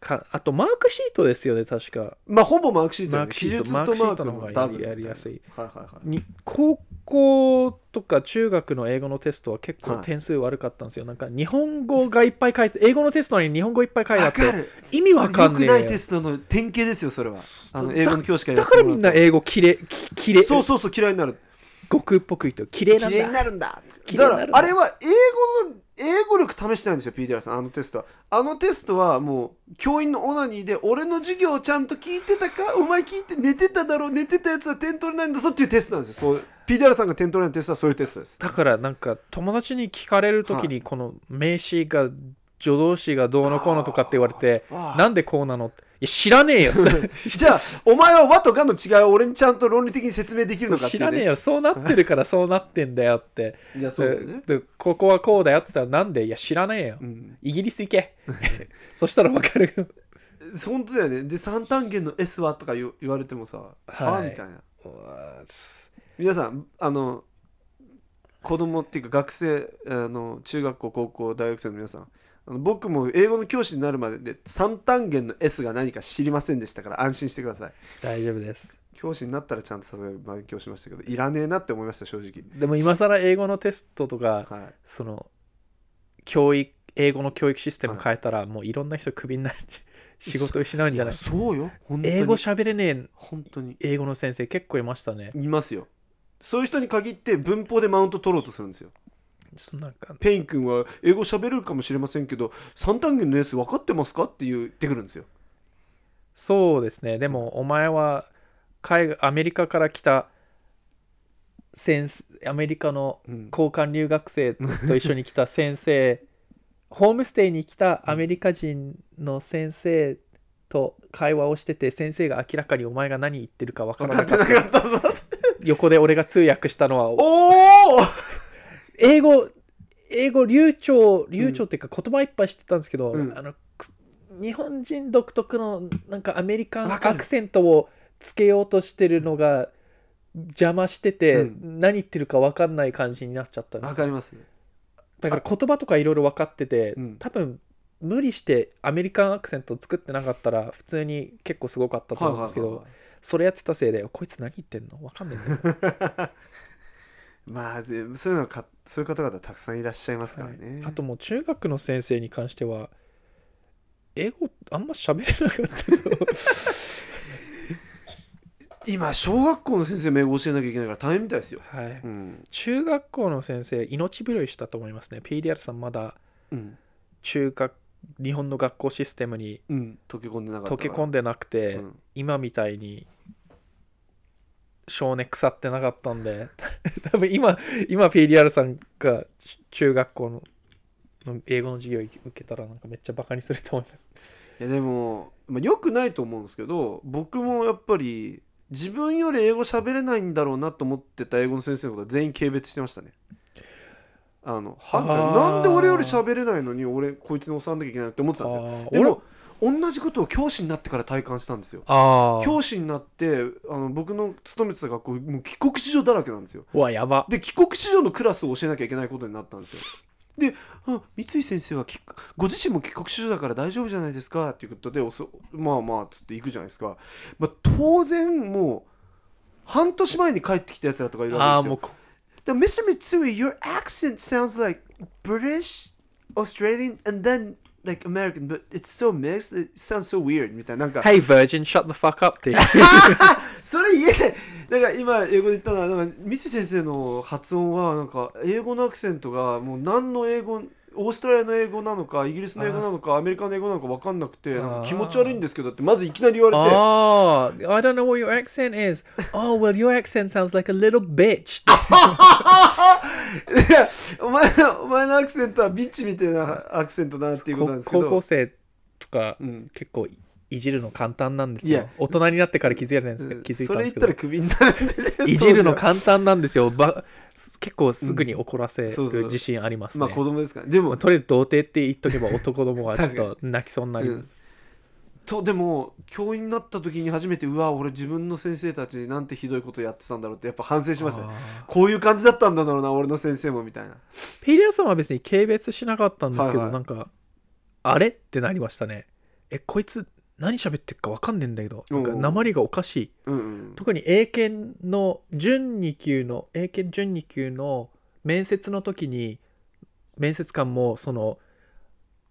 B: か。あと、マークシートですよね、確か。
A: まあほぼマークシートだよ
B: マーク
A: ね
B: シート
A: 記述とマーク
B: マーク
A: の
B: シートの
A: ダ
B: 方が
A: ブル
B: やりやすい
A: はいはいはい
B: に高校とか中学の英語のテストは結構
A: はい
B: 点数悪かったんですよ。なんか、日本語がいっぱい書いて、英語のテストなのに日本語いっぱい書いてあって。
A: る
B: 意味わかんねえ
A: よ
B: よ
A: くないテストの典型ですよそれはあの英語の教師から
B: だからみんな
A: 語
B: 英語きれい、ききれい、
A: そうそうそう嫌いになる
B: 極っぽく言うと、きれいなん
A: 綺麗に
B: だ。
A: なるんだ
B: 綺麗に
A: だ
B: な
A: か
B: る
A: ら
B: んだ
A: あれは英語の英語力試してないんですよ PDR さんあのテストはあのテストはもう教員のオナニーで俺の授業をちゃんと聞いてたかお前聞いて寝てただろう寝てたやつは点取れないんだぞっていうテストなんですよそう PDR さんが点取れないテストはそういうテストです
B: だからなんか友達に聞かれるときにこの名詞が助動詞がどうのこうのとかって言われて
A: あー
B: なんでこうなのっていや知らね えよそれ
A: じゃあお前は和とがの違いを俺にちゃんと論理的に説明できるのかって
B: 知
A: いう、
B: らねえ
A: ね、
B: よそうなってるからそうなってんだよって
A: いやそうだよね、
B: でここはこうだよって言ったらなんでいや知らねえよ
A: うん、
B: イギリス行けそしたらわかるよ
A: 本当だよねで三単元の S はとか言言われてもさは
B: はい
A: みたいな
B: うわー
A: 皆さんあの子供っていうか学生あの中学校高校大学生の皆さんあの僕も英語の教師になるまでで三単元の S が何か知りませんでしたから安心してください
B: 大丈夫です
A: 教師になったらちゃんとさすがに勉強しましたけどいらねえなって思いました正直
B: でも今更英語のテストとか
A: はい
B: その教育英語の教育システム変えたらもういろんな人クビになる仕事失うんじゃない
A: そうよ本当に
B: 英語喋れねえ
A: 本当に
B: 英語の先生結構いましたね。
A: いますよそういう人に限って文法でマウント取ろうとするんですよ
B: そなんか
A: ペイン君は英語喋れるかもしれませんけど三単元の S 分かってますかって言ってくるんですよ
B: そうですね。でもお前は海外アメリカから来た先生アメリカの
A: うん
B: 交換留学生と一緒に来た先生 ホームステイに来たアメリカ人の先生と会話をしてて先生が明らかにお前が何言ってるか分からなか
A: 分か
B: っ
A: って
B: た
A: なかったぞ
B: 横で俺が通訳したのは
A: おお
B: 英語英語流暢流暢っていうか言葉いっぱい知ってたんですけど、
A: うん
B: あのくす日本人独特のなんかアメリカン
A: わか
B: ア
A: る
B: クセントをつけようとしてるのが邪魔してて、
A: う
B: 何言ってるか分かんない感じになっちゃったんです
A: わかりますね
B: だから言葉とかいろいろ分かってて、
A: うん
B: 多分無理してアメリカンアクセント作ってなかったら普通に結構すごかったと
A: はい
B: 思うん
A: は
B: ですけ
A: い
B: ど、
A: はいはい
B: それやってたせいでこいつ何言ってんの分かんないんだよ
A: まあぜそういうのかそういう方々たくさんいらっしゃいますからね、
B: はいあともう中学の先生に関しては英語あんま喋れなかっ たけど
A: 今小学校の先生名簿教えなきゃいけないから大変みたいですよ
B: はい
A: うん
B: 中学校の先生命拾いしたと思いますね PDR さんまだ
A: うん
B: 中学日本の学校システムに
A: うん溶け込んでなかった
B: 溶け込
A: ん
B: んでなくて、今みたいに性根腐ってなかったんで 多分今今 PDR さんが中学校のの英語の授業受けたらなんかめっちゃバカにすると思います
A: いやでも、まあ、よくないと思うんですけど僕もやっぱり自分より英語喋れないんだろうなと思ってた英語の先生のことは全員軽蔑してましたねあのはみたいな
B: あー
A: なんで俺より喋れないのに俺こいつに教わんなきゃいけないのって思ってたんですよ
B: あー
A: でも同じことを教師になってから体感したんですよ
B: ああ
A: 教師になってあの僕の勤めてた学校もう帰国子女だらけなんですよ
B: うわやば
A: で帰国子女のクラスを教えなきゃいけないことになったんですよであ三井先生は帰ご自身も帰国子女だから大丈夫じゃないですかっていうことでおそまあまあつって行くじゃないですか、まあ、当然もう半年前に帰ってきたやつらとかいる
B: あ
A: わ
B: あ
A: けです
B: もう
A: よ
B: こ
A: で Mr. Mitsui, your accent sounds like British, Australian, and then like American, but it's so mixed, it sounds so weird みたいななんか
B: Hey Virgin shut the fuck up っ ていう
A: それ言えないなんか今英語で言ったのはなんか三井先生の発音はなんか英語のアクセントがもう何の英語オーストラリアの英語なのかイギリスの英語なのかアメリカの英語なのか分かんなく
B: あ
A: て
B: ー
A: なんか気持ち悪いんですけどってまずいきなり言われて
B: ああ I don't know what your accent is Oh well your accent sounds like a little bitch
A: いやお前のお前のアクセントはビッチみたいなアクセントだなっていうことなんですけ
B: 高校
A: ど、
B: 生とか
A: うん、
B: 結構いじるの簡単なんです
A: い
B: よ
A: や
B: 大人になってから気づいたんですけど気づいた
A: そ
B: ん
A: れ
B: で
A: 言っ
B: すけ
A: た
B: ど
A: らクビになるんでね
B: いじるの
A: 当時は
B: 簡単なんですよ。ばす結構すぐに怒らせる
A: そうそう
B: 自信ありますね。
A: まあ子供ですからで
B: ま
A: も
B: あとりあえず童貞って言っとけば男どもは
A: 確
B: ち
A: かに
B: ょっと泣きそうになります。
A: とでも教員になった時に初めてうわ俺自分の先生たちになんてひどいことやってたんだろうってやっぱ反省しましたね
B: あ
A: こういう感じだったんだろうな俺の先生もみたいな
B: ーペイリアさんは別に軽蔑しなかったんですけど、
A: はいはい
B: なんかあれってなりましたね。えこいつ何喋ってるかわかんねえんだけどなんか
A: おう
B: 鉛がおかしい。
A: うんうん
B: 特に英検の準2級の英検準2級の面接の時に面接官もその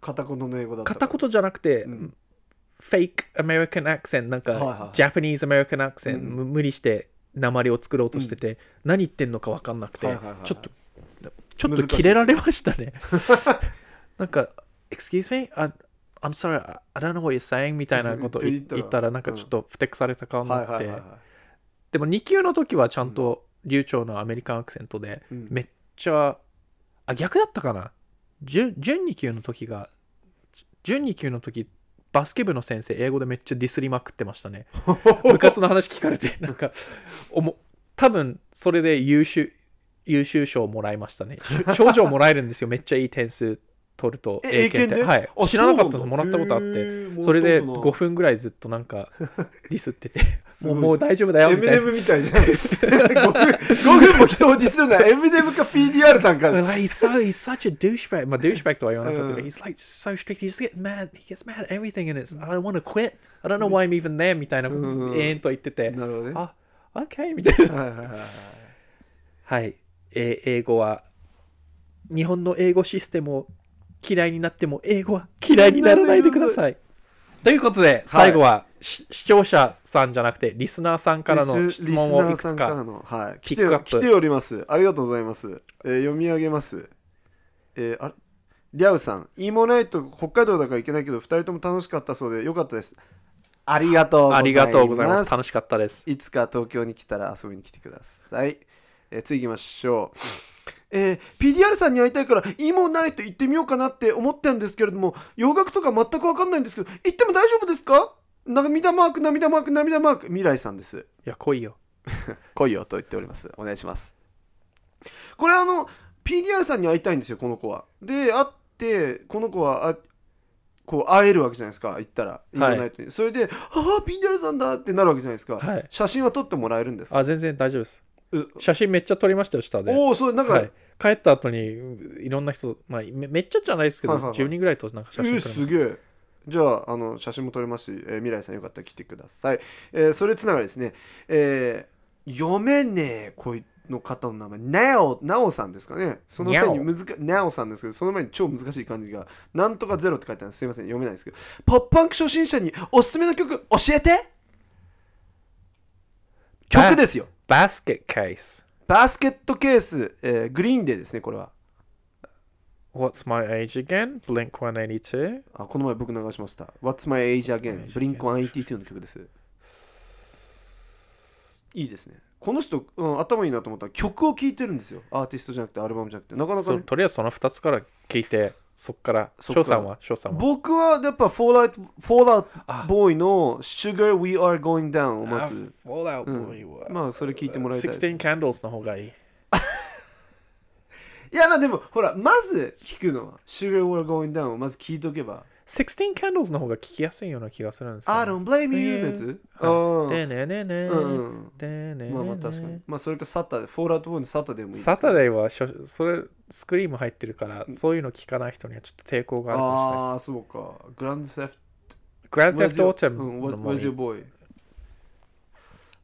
A: 片言の英語だった
B: 片言じゃなくて、
A: うん
B: フェイクアメリカンアクセントなんか、
A: はいはい
B: ジャパニーズアメリカンアクセント、
A: うん
B: む無理して鉛を作ろうとしてて、何言ってんのか分かんなくて、
A: はいはいはいはい
B: ちょっとちょっ
A: 難
B: と
A: しいです
B: キレられましたね なんか「Excuse me? I, I'm sorry I- I don't know what you're saying」みたいなこと
A: 言
B: 言
A: っ
B: って
A: 言った
B: 言ったら
A: ら
B: なんかちょっとふてくされた顔にな
A: は
B: っ
A: い
B: て、
A: はいはいはい
B: でも2級の時はちゃんと流暢なアメリカンアクセントで、
A: うん
B: めっちゃあ逆だったかな準準2級の時が準2級の時バスケ部の先生英語でめっちゃディスりまくってま したね部活の話聞かれてなんかおも多分それで優秀優秀賞もらいましたね し賞状もらえるんですよめっちゃいい点数取ると
A: え英検で
B: はい
A: あ
B: 知らなかったんです
A: そう
B: もらったことあって
A: へー
B: それで
A: もらった
B: 5
A: こ
B: 分ぐらいずっとなん かディスってて
A: す
B: も
A: ご
B: う
A: い
B: もう大丈夫だ
A: と
B: よ
A: ない
B: みたいな
A: M みたいじゃん 5, 分5分も人をディスるな M&M か PDR さんか
B: like, he's so he's such a douchebag. My douchebag とは言わなかったけど、
A: うん
B: he's like so strict. He just get mad. He gets mad at everything, and it's I don't want to quit. I don't know why I'm even there みたいなこと
A: う
B: 永
A: ん
B: 遠と言ってて、
A: なるほどね
B: あ、okay みたいな。
A: はいはいはいはい
B: はい、え英語は日本の英語システムを嫌いになっても英語は嫌いにならないでください。ということで最後は、し視聴者さんじゃなくてリスナーさんからの
A: リス
B: 質問をい
A: リ
B: く
A: スナーさ
B: つ
A: んか
B: から
A: の、はい、
B: ピ
A: 来
B: ックアッ
A: て
B: プ
A: 来ておりますありがとうございます、えー読み上げますえーあれリャウさん、イーモナイト北海道だから行けないけど、2人とも楽しかったそうでよかったです。ありがとうございます。
B: ありがとうございます。楽しかったです。
A: いつか東京に来たら遊びに来てください。えー次行きましょう。えー PDR さんに会いたいからいいもんないと言ってみようかなって思ったんですけれども洋楽とか全く分かんないんですけど行っても大丈夫ですか涙マーク涙マーク涙マーク未来さんです
B: いや来いよ
A: 来いよと言っておりますお願いしますこれあの PDR さんに会いたいんですよこの子はで会ってこの子はあこう会えるわけじゃないですか行ったらインドナイトにそれで「ああ PDR さんだ!」ってなるわけじゃないですか、
B: はい
A: 写真は撮ってもらえるんですか
B: あ全然大丈夫です
A: う
B: 写真めっちゃ撮りましたよ下で
A: おおそうなんか、
B: はい、帰った後にういろんな人、まあ、めめっちゃじゃないですけど、
A: はいはいはい
B: 10人ぐらいとなんか写
A: え
B: 真
A: ー
B: 撮れます
A: げえじゃああの写真も撮れますし、えー未来さんよかったら来てください、えーそれつながりですね、えー読めねえこいの方の名前なおなおさんですかねその前に
B: にゃお
A: 難なおさんですけどその前に超難しい漢字がなんとかゼロって書いてあるんですすいません読めないですけどポップパンク初心者におすすめの曲教えて曲ですよ
B: バスケットケース。
A: バスケットケース、えーグリーンデーですねこれは
B: What's my age again? Blink 182?
A: あこの前僕流しました。What's My Age Again? ブリンコ182の曲です。いいですね。この人、うん、頭いいなと思ったら曲を聴いてるんですよ。アーティストじゃなくてアルバムじゃなくて。なかなか
B: そ
A: ね、
B: とりあえずその2つから聞いて、そっから、翔
A: そっから
B: さんは、翔さんは。
A: 僕はやっぱ Fallout, Fallout
B: あ
A: Boy の Sugar We Are Going Down を待つ。
B: あ Fallout
A: うん
B: Boy は
A: まあそれ聞いてもらいたいです
B: 16 Candles の方がいい。
A: いやまあでもほら、まず聴くのは Sugar We Are Going Down をまず聴いとけば。
B: 16 Candles の方が聞きやすいような気がするんですよ、
A: I don't blame you のやつ。
B: はい
A: うん
B: でねねね。
A: うん
B: でねねね
A: まあまあ確かに。まあそれかサタデー、Fallout Boy のサタデーもいいですよ
B: サタデーはしょそれスクリーム入ってるから、そういうの聞かない人にはちょっと抵抗があるかもしれない
A: あ
B: で
A: あー、そうか。グランドセフ
B: す。グランド
A: Where's
B: セフト
A: your-
B: オーチェ
A: うん
B: ム
A: What-
B: のもい
A: Where's
B: い
A: your boy?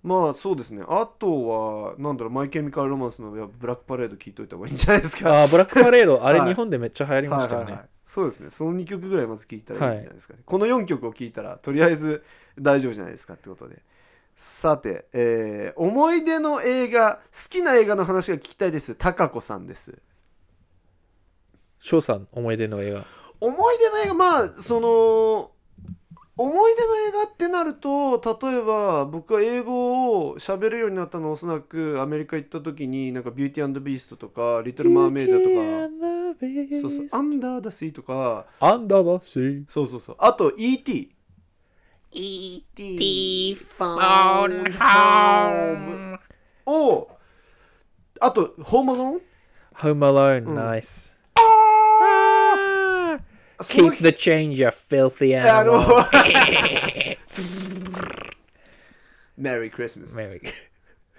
A: まあそうですね。あとは、なんだろう、マイケミカルロマンスのやっぱブラックパレード聞いといた方がいいんじゃないですか。
B: ああ、ブラックパレード、あれ
A: はい
B: 日本でめっちゃ流行りましたよ
A: はいはい
B: ね
A: はい。そうですね。その2曲ぐらいまず聞いたらいい
B: は
A: ん
B: い
A: じゃないですかね、この4曲を聞いたら、とりあえず大丈夫じゃないですかってことで。さて、えー思い出の映画、好きな映画の話が聞きたいです。たかこさんです。
B: 翔さん、思い出の映画。
A: 思い出の映画まあその思い出の映画ってなると例えば僕は英語を喋れるようになったのはおそらくアメリカ行った時になんか「ビューティービースト」とか「リトル・マーメイド」とか「そうそうアンダー・ダ・シー」とか
B: アンダーだし。
A: そうそうそうあと「E.T.」
C: E.T.
A: Phone
C: phone
A: home.
C: home.
A: をあと「ホーム・アローン
B: Home Alone,
A: うん
B: nice.
A: その
B: Keep the change, you filthy
A: あの
B: animal.
A: メリー・クリスマス
B: Merry-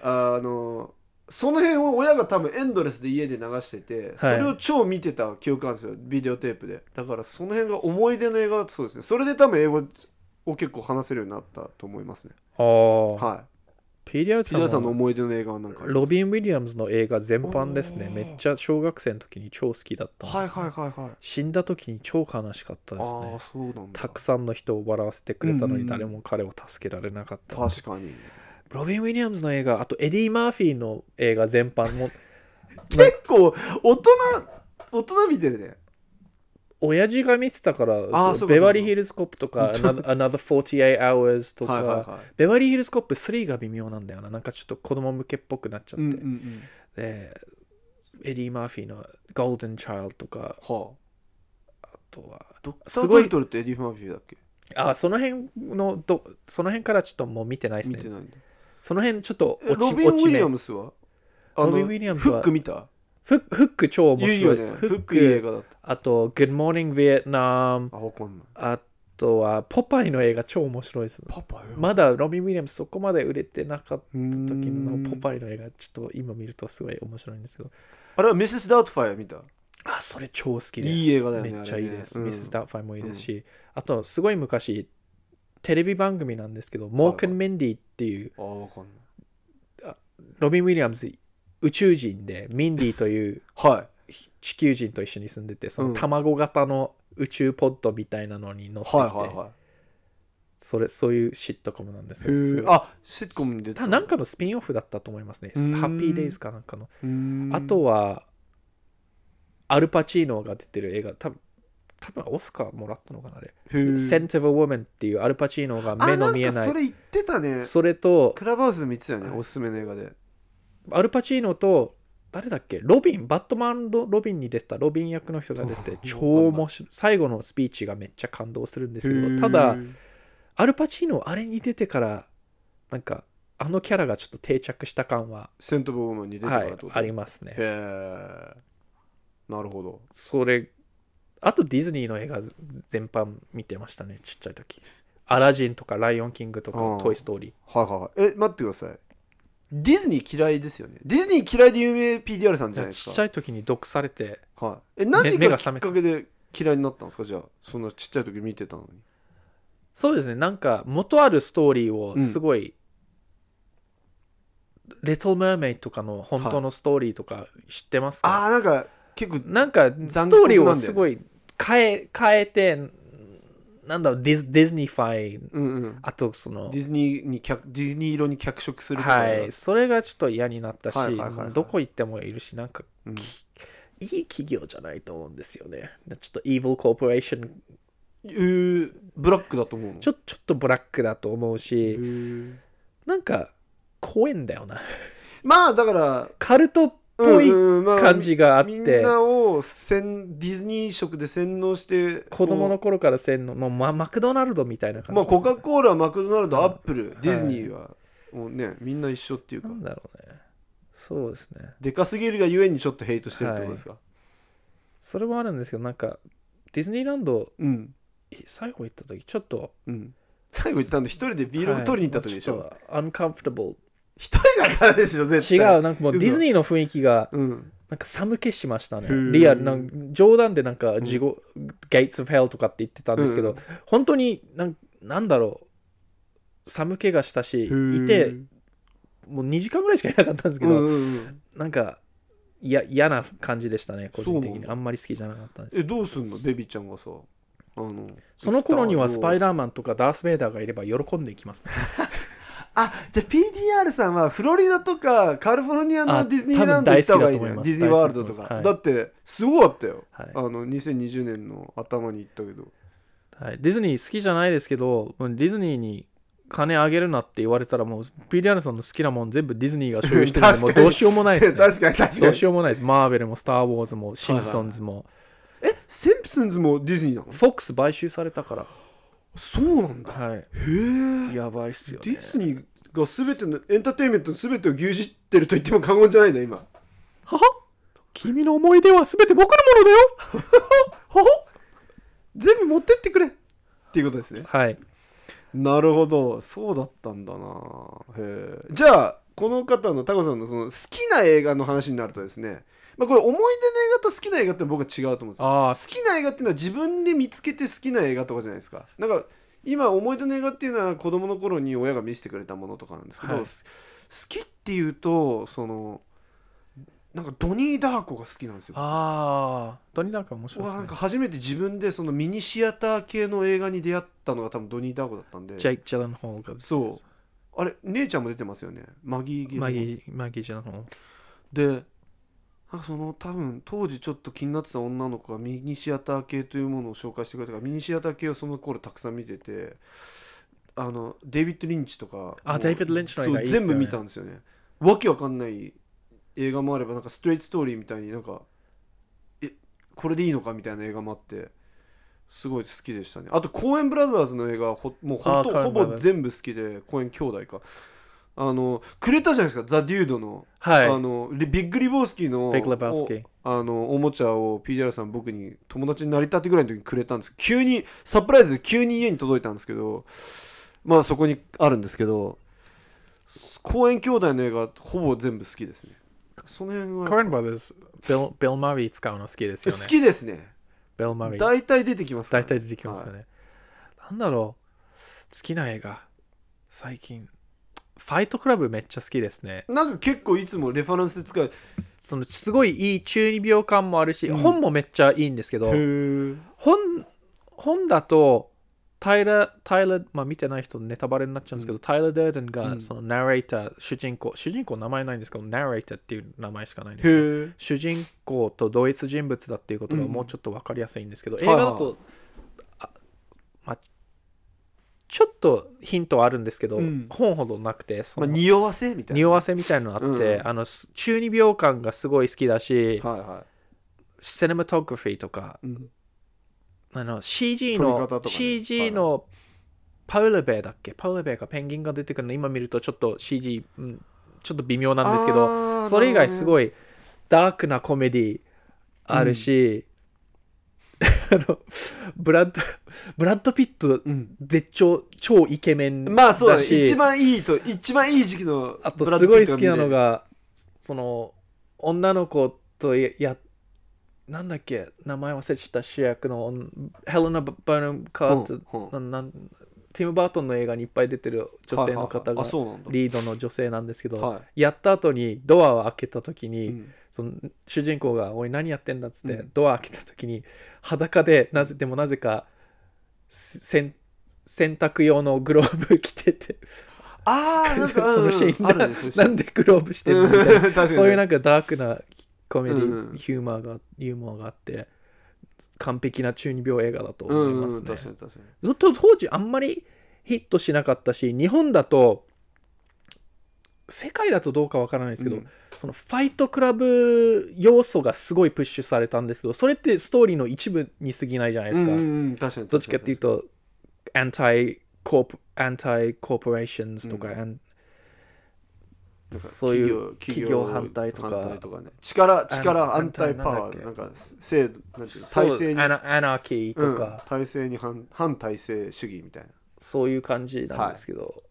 A: あのその辺を親が多分エンドレスで家で流してて、それを超見てた記憶なんですよビデオテープでだからその辺が思い出の映画そうですねそれで多分英語を結構話せるようになったと思いますね
B: ああ。
A: はい
B: PDR
A: ピダさ
B: さ
A: ん
B: ん
A: の
B: も
A: 思い出の映画はなんかあります
B: ロビン・ウィリアムズの映画全般ですね。めっちゃ小学生の時に超好きだったんです
A: はいはいはいはい
B: 死んだ時に超悲しかった
A: ああ
B: ですね
A: ー。そうなんだ
B: たくさんの人を笑わせてくれたの
A: うん
B: に誰も彼を助けられなかった。
A: 確かに
B: ロビン・ウィリアムズの映画、あとエディ・マーフィーの映画全般 も、
A: 結構大人大人見てるね
B: 親父が見てたから、
A: あー
B: そう
A: そうかそうか
B: ベバリー・ヒルズ・コップとか、
A: ちょ
B: Another Another 48 Hours とか、
A: はいはいはい
B: ベバリー・ヒルズ・コップ3が微妙なんだよな。なんかちょっと子供向けっぽくなっちゃって。
A: うんうんうん
B: でエディ・マーフィーの Golden Child とか、
A: は
B: あとは、
A: あドクタ
B: す
A: ー・
B: ご
A: ド
B: い
A: リトルってエディ・マーフィーだっけ
B: あ、その辺のど、その辺からちょっともう見てないです
A: 見て
B: ね。
A: ないんだ
B: その辺ちょっと
A: え
B: 落
A: ロ
B: ち
A: ビン・ウ
B: 落ち
A: ィリ
B: 目
A: アムスはあ
B: ロ
A: の
B: ビン・ウィリアムズ
A: フ
B: は
A: ック見た
B: フックフック超面白い。
A: 言うよね。フ
B: フ
A: ッ
B: ッ
A: クいい映
B: ク、
A: 画だった。
B: あと Good Morning Vietnam、
A: あ、わかんない。
B: あとはポパイの映画超面白いです。
A: パパよ。
B: まだロビン・ウィリアムズそこまで売れてなかった
A: うーん
B: 時のポパイの映画ちょっと今見るとすごい面白いんですけど
A: あれはミセス・ダウトファイア見た。
B: あそれ超好きです
A: いい映画だよね
B: めっちゃいいです、
A: あれ
B: ミ
A: ね
B: ス・ダーファイもいいですし、あとすごい昔テレビ番組なんですけど、モークン・メンディっていう
A: あ、わかんない。
B: ロビン・ウィリアムズ宇宙人でミンディという
A: はい。
B: 地球人と一緒に住んでてそ
A: うん
B: の卵型の宇宙ポッドみたいなのに乗ってきて、
A: はいはいは
B: それそういうシットコムなんです
A: い。
B: けどす
A: へえ。
B: ごい
A: あ、シットコムに出て
B: た
A: た。
B: なんかのスピンオフだったと思いますね。
A: うーん
B: ハッピーデイズかなんかの。
A: うーん。
B: あとは、アルパチーノが出てる映画、多分多分オスカーもらったのかなあれ。
A: へえ、
B: Scent of a Woman っていうアルパチーノが目の見え
A: あ
B: なん
A: かそ
B: い。
A: れ言ってたね。
B: それと、
A: クラブハウスで見てたよね、
B: はい
A: おすすめの映画で。
B: アルパチーノと誰だっけロビンバットマンロロビンに出てたロビン役の人が出 て超面白い最後のスピーチがめっちゃ感動するんですけどただ
A: へー
B: アルパチーノあれに出てからなんかあのキャラがちょっと定着した感は、
A: セント・ボーマンに出てた
B: は
A: から
B: い
A: ってこ、と
B: ありますね
A: へえなるほど
B: それあとディズニーの映画全般見てましたねちっちゃい時アラジンとかライオンキングと
A: う
B: か
A: ん
B: トイ・ストーリー
A: はいはいはいえ待ってくださいディズニー嫌いですよねディズニー嫌いで有名 PDR さんじゃないです
B: ち
A: か
B: っちゃい時に毒されて
A: はい、え何
B: 目が
A: がき
B: 覚
A: っ
B: めた
A: かけで嫌いになったんですかじゃあそんなちっちゃい時見てたのに
B: そうですねなんか元あるストーリーをすごい「レトル・マーメイ」とかの本当のストーリーとか知ってますか、
A: ああなんか結構
B: なんか
A: 酷
B: ストーリーをすごい変え変えてなんだろうディズディズニーファイ
A: うんうん
B: あとその
A: ディズニーに脚ディズニー色に脚色するとか
B: はい、それがちょっと嫌になったし、
A: はいはいはいはい
B: どこ行ってもいるしなんか
A: うん
B: きいい企業じゃないと思うんですよねちょっと evil corporation
A: えーブラックだと思うの
B: ちょちょっとブラックだと思う
A: え
B: し
A: ー
B: なんか怖いんだよな
A: まあだから
B: カルトっ
A: うん
B: ぽい
A: うんまあ
B: 感じがあっ
A: みん
B: て
A: なをせんディズニー色で洗脳して
B: 子供の頃からせんのもうママクドナルドみたいな感じ
A: まあコカ・
B: コ
A: コーラマクドナルド
B: うん
A: アップルディズニーはもうねみんな一緒っていうか
B: なんだろうねそうですね
A: でかすぎるがゆえにちょっとヘイトしてるってことですか、
B: それもあるんですけどなんかディズニーランド
A: うん
B: 最後行った時ちょっと
A: うん最後言ったの一人でビールを取りに行った時でしょ、
B: アンカンフタブル
A: 一人だからでしょ絶
B: 違
A: 対
B: うなんかもう
A: 嘘
B: ディズニーの雰囲気が
A: うん
B: なんか寒気しましたね
A: へー
B: リアルなんか冗談でなんか地獄、Gates of Hell とかって言ってたんですけど、
A: うん
B: 本当になんなんだろう寒気がしたしいてもう2時間ぐらいしかいなかったんですけ
A: うん
B: ど、
A: うんうん
B: なんかいや嫌な感じでしたね個人的
A: そうな
B: に
A: んだ
B: あんまり好きじゃなかったんです
A: え
B: けど
A: どうすんのベビーちゃんがさあの
B: その頃にはスパイ
A: ー
B: ダーマンとかダース・ベイダーがいれば喜んでいきますね
A: あじゃあ PDR さんはフロリダとかカリフォルニア
B: あ
A: のディズニーランド行った方がいいの
B: 多分大好きだと思い
A: よ
B: ます
A: ディズニーワールドと
B: 大
A: か
B: 好きだと
A: だってすごかったよ
B: はい
A: あの2020年の頭に行ったけど
B: はい、ディズニー好きじゃないですけどもうディズニーに金あげるなって言われたらもう PDR さんの好きなもん全部ディズニーが所有してるんで
A: 確
B: も
A: か
B: う
A: に
B: どうしようもないですね
A: 確かに確
B: ど
A: か
B: う
A: に
B: しようもないですマーベルもスター・ウォーズもシンプソンズも、
A: えセンプソンズもディズニーなの
B: フォックス買収されたから
A: そうなんだ
B: は
A: へえ
B: いやばいっすよ、
A: デ
B: ね、
A: ィズニーが全てのエンターテインメントの全てを牛耳ってると言っても過言じゃないんだ今
B: はは君の思い出は全て僕のものだよ
A: ほほ全部持ってってくれっていうことですね
B: はい
A: なるほどそうだったんだなへえじゃあこの方のタコさんのその好きな映画の話になるとですね、まあ、これ思い出の映画と好きな映画って僕は違うと思うんですよ
B: ああ
A: 好きな映画っていうのは自分で見つけて好きな映画とかじゃないですかなんか今思い出の映画っていうのは子供の頃に親が見せてくれたものとかなんですけど、
B: はい
A: す好きっていうとそのなんかドニー・ダーコが好きなんですよ
B: ああドニーダークは面白い
A: 僕
B: で
A: は
B: す
A: な
B: ね
A: んか初めて自分でそのミニシアター系の映画に出会ったのが多分ドニー・ダーコだったんで
B: ジェイク・ジェランホールが
A: そうあれ姉ちゃんも出てますよねマギー・ゲルモ
B: マギーマギー・ジェランホール
A: でなんかその多分当時ちょっと気になってた女の子がミニシアター系というものを紹介してくれたからミニシアター系をその頃たくさん見ててあのデイビッド・リンチとか
B: あ
A: もう
B: デイビッドリンチの映画いいっ
A: そ
B: すよ
A: う
B: ね
A: 全部見たんですよねわけわかんない映画もあればなんかストレイトストーリーみたいになんかえこれでいいのかみたいな映画もあってすごい好きでしたねあとコーエンブラザーズの映画はほもうほと
B: あー
A: ほ
B: コーエンブラザ
A: ぼ
B: ーズ
A: 全部好きでコーエン兄弟かあのくれたじゃないですかザ・デュードの
B: はい
A: あのリビッグ・リボースキーの
B: ビッグ・レバースキ
A: お
B: ー
A: あのおもちゃを PDR さん僕に友達になりたてぐらいの時にくれたんです急にサプライズで急に家に届いたんですけどまあそこにあるんですけど公園兄弟の映画ほぼ全部好きですねその辺
B: コー
A: は
B: エン・ブラザーズビルビル・マリー使うの好きですよね
A: 好きですね
B: ビル・マリー
A: 大体出てきますから
B: 大体出てきますよね。なんだろう好きな映画最近ファイトクラブめっちゃ好きですね。
A: なんか結構いつもレファレンスで使う
B: そのすごいいい中二病感もあるし、
A: うん
B: 本もめっちゃいいんですけど
A: へー
B: 本本だとタイラタイラまあ見てない人ネタバレになっちゃうんですけど、タイラ・デーデン
A: う
B: が
A: ん
B: そのナレーター、主人公主人公名前ないんですけどナレーターっていう名前しかないんですけど
A: へー
B: 主人公と同一人物だっていうことが
A: うん
B: もうちょっと分かりやすいんですけど、
A: はい
B: 映
A: はい
B: 画だと、あまあちょっとヒントはあるんですけど、
A: うん
B: 本ほどなくてそ
A: まあ、
B: の、
A: 匂わせみたいな。
B: 匂わせみたいなのあって、
A: うん
B: あのす中二病感がすごい好きだし、
A: はいは
B: シネマトグラフィーとか
A: い。うん
B: あの CG
A: 撮り
B: の、
A: 方とかね
B: CG のパウルベーだっけパウルベーかペンギンが出てくるの今見るとちょっと CG、うん、ちょっと微妙なんですけど
A: あー
B: それ以外す
A: なる
B: ごいダークなコメディあるし、 あのブラッドブラッド・ピット
A: ほどね
B: 絶頂超イケメン
A: うん。まあそうだね。
B: し
A: 一番いいと、一番いい時期の
B: あと
A: ブラッド
B: すご
A: ピ
B: い
A: ット
B: 好
A: が見
B: き
A: れる
B: なのがその女の子とややなんだっけ名前忘れちゃった主役の女ヘレナ・バーナム・カート、
A: うんうん
B: なんなんティム・バートンの映画にいっぱい出てる女性の方
A: はいはいはい
B: が
A: あ、そうなんだ。
B: リードの女性なんですけど、
A: は
B: やった後にドアを開けた時
A: い
B: に、
A: うん
B: その主人公が「おい何やってんだ」っつって、
A: うん
B: ドア開けた時に裸でなぜでもなぜかせ洗洗濯用のグローブ着てて
A: ああ、なんか、
B: そのシーンが、
A: うんうんあるねそういうシー
B: な
A: ン
B: んでグローブしてるみたいな
A: 確かにね
B: そういうなんかダークなコメディ、
A: うんうん
B: ヒューマーがユーモアがあって完璧な中二病映画だと
A: うん
B: 思います
A: うん、
B: ね
A: 確か、に確かに。
B: と当時あんまりヒットしなかったし日本だと世界だとどうかわからないですけど、
A: うん
B: そのファイトクラブ要素がすごいプッシュされたんですけどそれってストーリーの一部に過ぎないじゃないですか、
A: うんうんうん、確かに。
B: どっちかっていう
A: と、
B: とアンタイコープアンタイコーポレーションズとか、
A: う
B: and-
A: なんか
B: そういう
A: 企
B: 企業反対とか
A: ね、力、力
B: あ
A: 反
B: の
A: 対パワ
B: 反対なんだっ
A: ー、
B: け
A: なんか制度、なんていうの体制に
B: ア、ナアナーキーと
A: うん
B: か、
A: 体制に反反体制主義みたいな。
B: そういう感じなんですけど、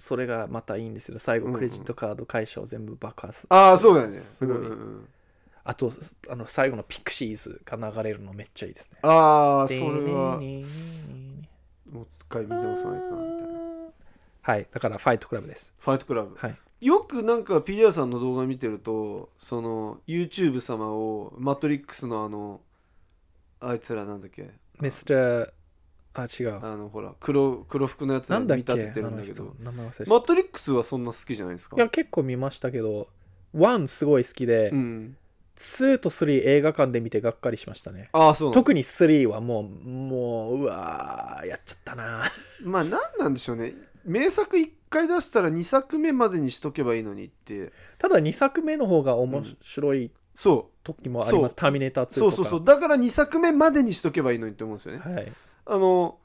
B: それがまたいいんですよ最
A: うん
B: 後
A: うん
B: クレジットカード会社を全部爆破する、
A: ああ、そうだよね。
B: すごい
A: うんうんうん
B: あとあの最後のピクシーズが流れるのめっちゃいいですね
A: ああ、それは、
B: は
A: もう一回見直さないとな、みたいな。
B: いだからファイトクラブです
A: ファイトクラブ。
B: はい
A: よくなんか PDR さんの動画見てるとその YouTube 様をマトリックスのあのあいつらなんだっけ
B: ミスターあ違う
A: あのほら黒黒服のやつら
B: な
A: に
B: ん
A: 見
B: だっけ
A: 立
B: あ
A: ててるん
B: の
A: だけど
B: 人名前忘れちゃっ
A: マトリックスはそんな好きじゃないですか
B: たいや結構見ましたけど1すごい好きで、
A: うん、
B: 2と3映画館で見てがっかりしましたね
A: ああそうなんだ
B: 特に3はもうもううわーやっちゃったな
A: まあ何なんでしょうね名作1回出したら2作目までにしとけばいいのにって
B: ただ2作目の方が面白い
A: そ
B: 時もあります、
A: そう
B: ターミネーター2
A: う
B: とか
A: そうそうそうだから2作目までにしとけばいいのにって思うんですよね
B: はい、
A: あの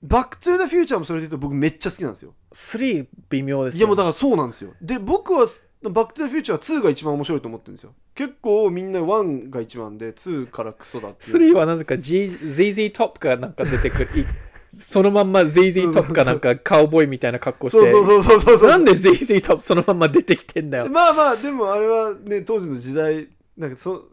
A: バック・トゥ・ザ・フューチャーもそれで言うと僕めっちゃ好きなんですよ
B: 3微妙です
A: いやもうだ
B: か
A: からそうなんですよで僕は「バック・トゥ・ザ・フューチャー」2が一番面白いと思ってるんですよ結構みんな1が一番で2からクソだっていう
B: 3はなぜか G- ZZ トップかなんか出てくる いそのまんま ZZ トップかなんかカウボーイみたいな格好して
A: そうそうそうそうそう
B: なんで ZZ トップそのまんま出てきてんだよ
A: まあまあでもあれはね当時の時代なんかそ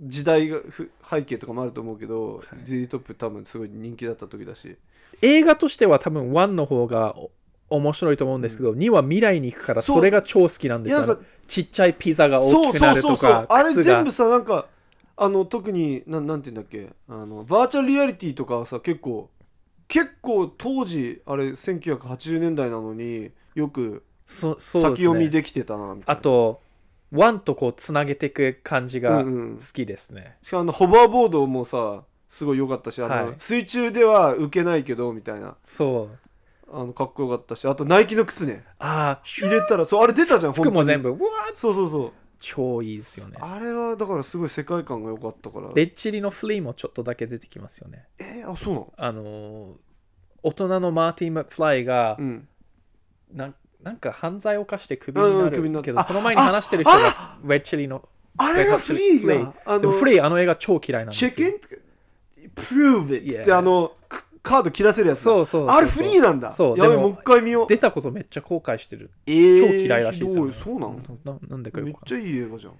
A: 時代がふ背景とかもあると思うけど、
B: はい
A: ZZ トップ多分すごい人気だった時だし
B: 映画としては多分1の方がお面白いと思うんですけど、2は未来に行くから
A: そう
B: それが超好きなんで
A: い
B: す
A: や
B: よ
A: な
B: あ
A: ん
B: の
A: か
B: ちっちゃいピザが
A: そ
B: 大き
A: う
B: く
A: そ
B: な
A: う
B: る
A: そう
B: と
A: そう
B: か
A: あれ
B: 靴が
A: 全部さなんかあの特になんなんて言うんだっけあのバーチャルリアリティとかはさ結構結構当時あれ1980年代なのによく
B: そそうですね
A: 先読みできてたなみたいな
B: あと1とこうつなげていく感じが
A: うんう
B: 好
A: ん
B: きですね、
A: しかもあのホバーボードもさすごい良かったしあの、
B: はい
A: 水中では受けないけどみたいな
B: そう
A: あのかっこよかったしあとナイキの靴ね
B: ああ
A: 入れたらそうあれ出たじゃん
B: 服も
A: 本当に
B: 全部うわー
A: そうそうそう
B: 超いいですよね
A: あれはだからすごい世界観が良かったから
B: レッチリのフリーもちょっとだけ出てきますよね。
A: えー、あそうなの
B: あのー大人のマーティン・マクフライが、
A: うん
B: なんなんか犯罪を犯してクビに
A: うんう
B: なん
A: クビにな
B: る
A: っ
B: けど、
A: あ
B: その前に話してる人が
A: あ
B: レッチリの。
A: あれがフリー
B: レッ
A: があ
B: でも
A: の
B: フリーあの映画超嫌いなんです
A: チ
B: よ。
A: ェケンプルーブっ
B: Yeah
A: てあのカカード切らせるやつ
B: そうそうそう
A: あれフリーなんだ
B: そう
A: やべ
B: でも
A: もう一回見よう
B: 出たことめっちゃ後悔してる。
A: え
B: 超
A: ー
B: 嫌いらしいですよ、ね
A: ひどそうなの
B: ななんでか
A: め
B: よ
A: っ
B: くわかん
A: ちゃいい映画じゃん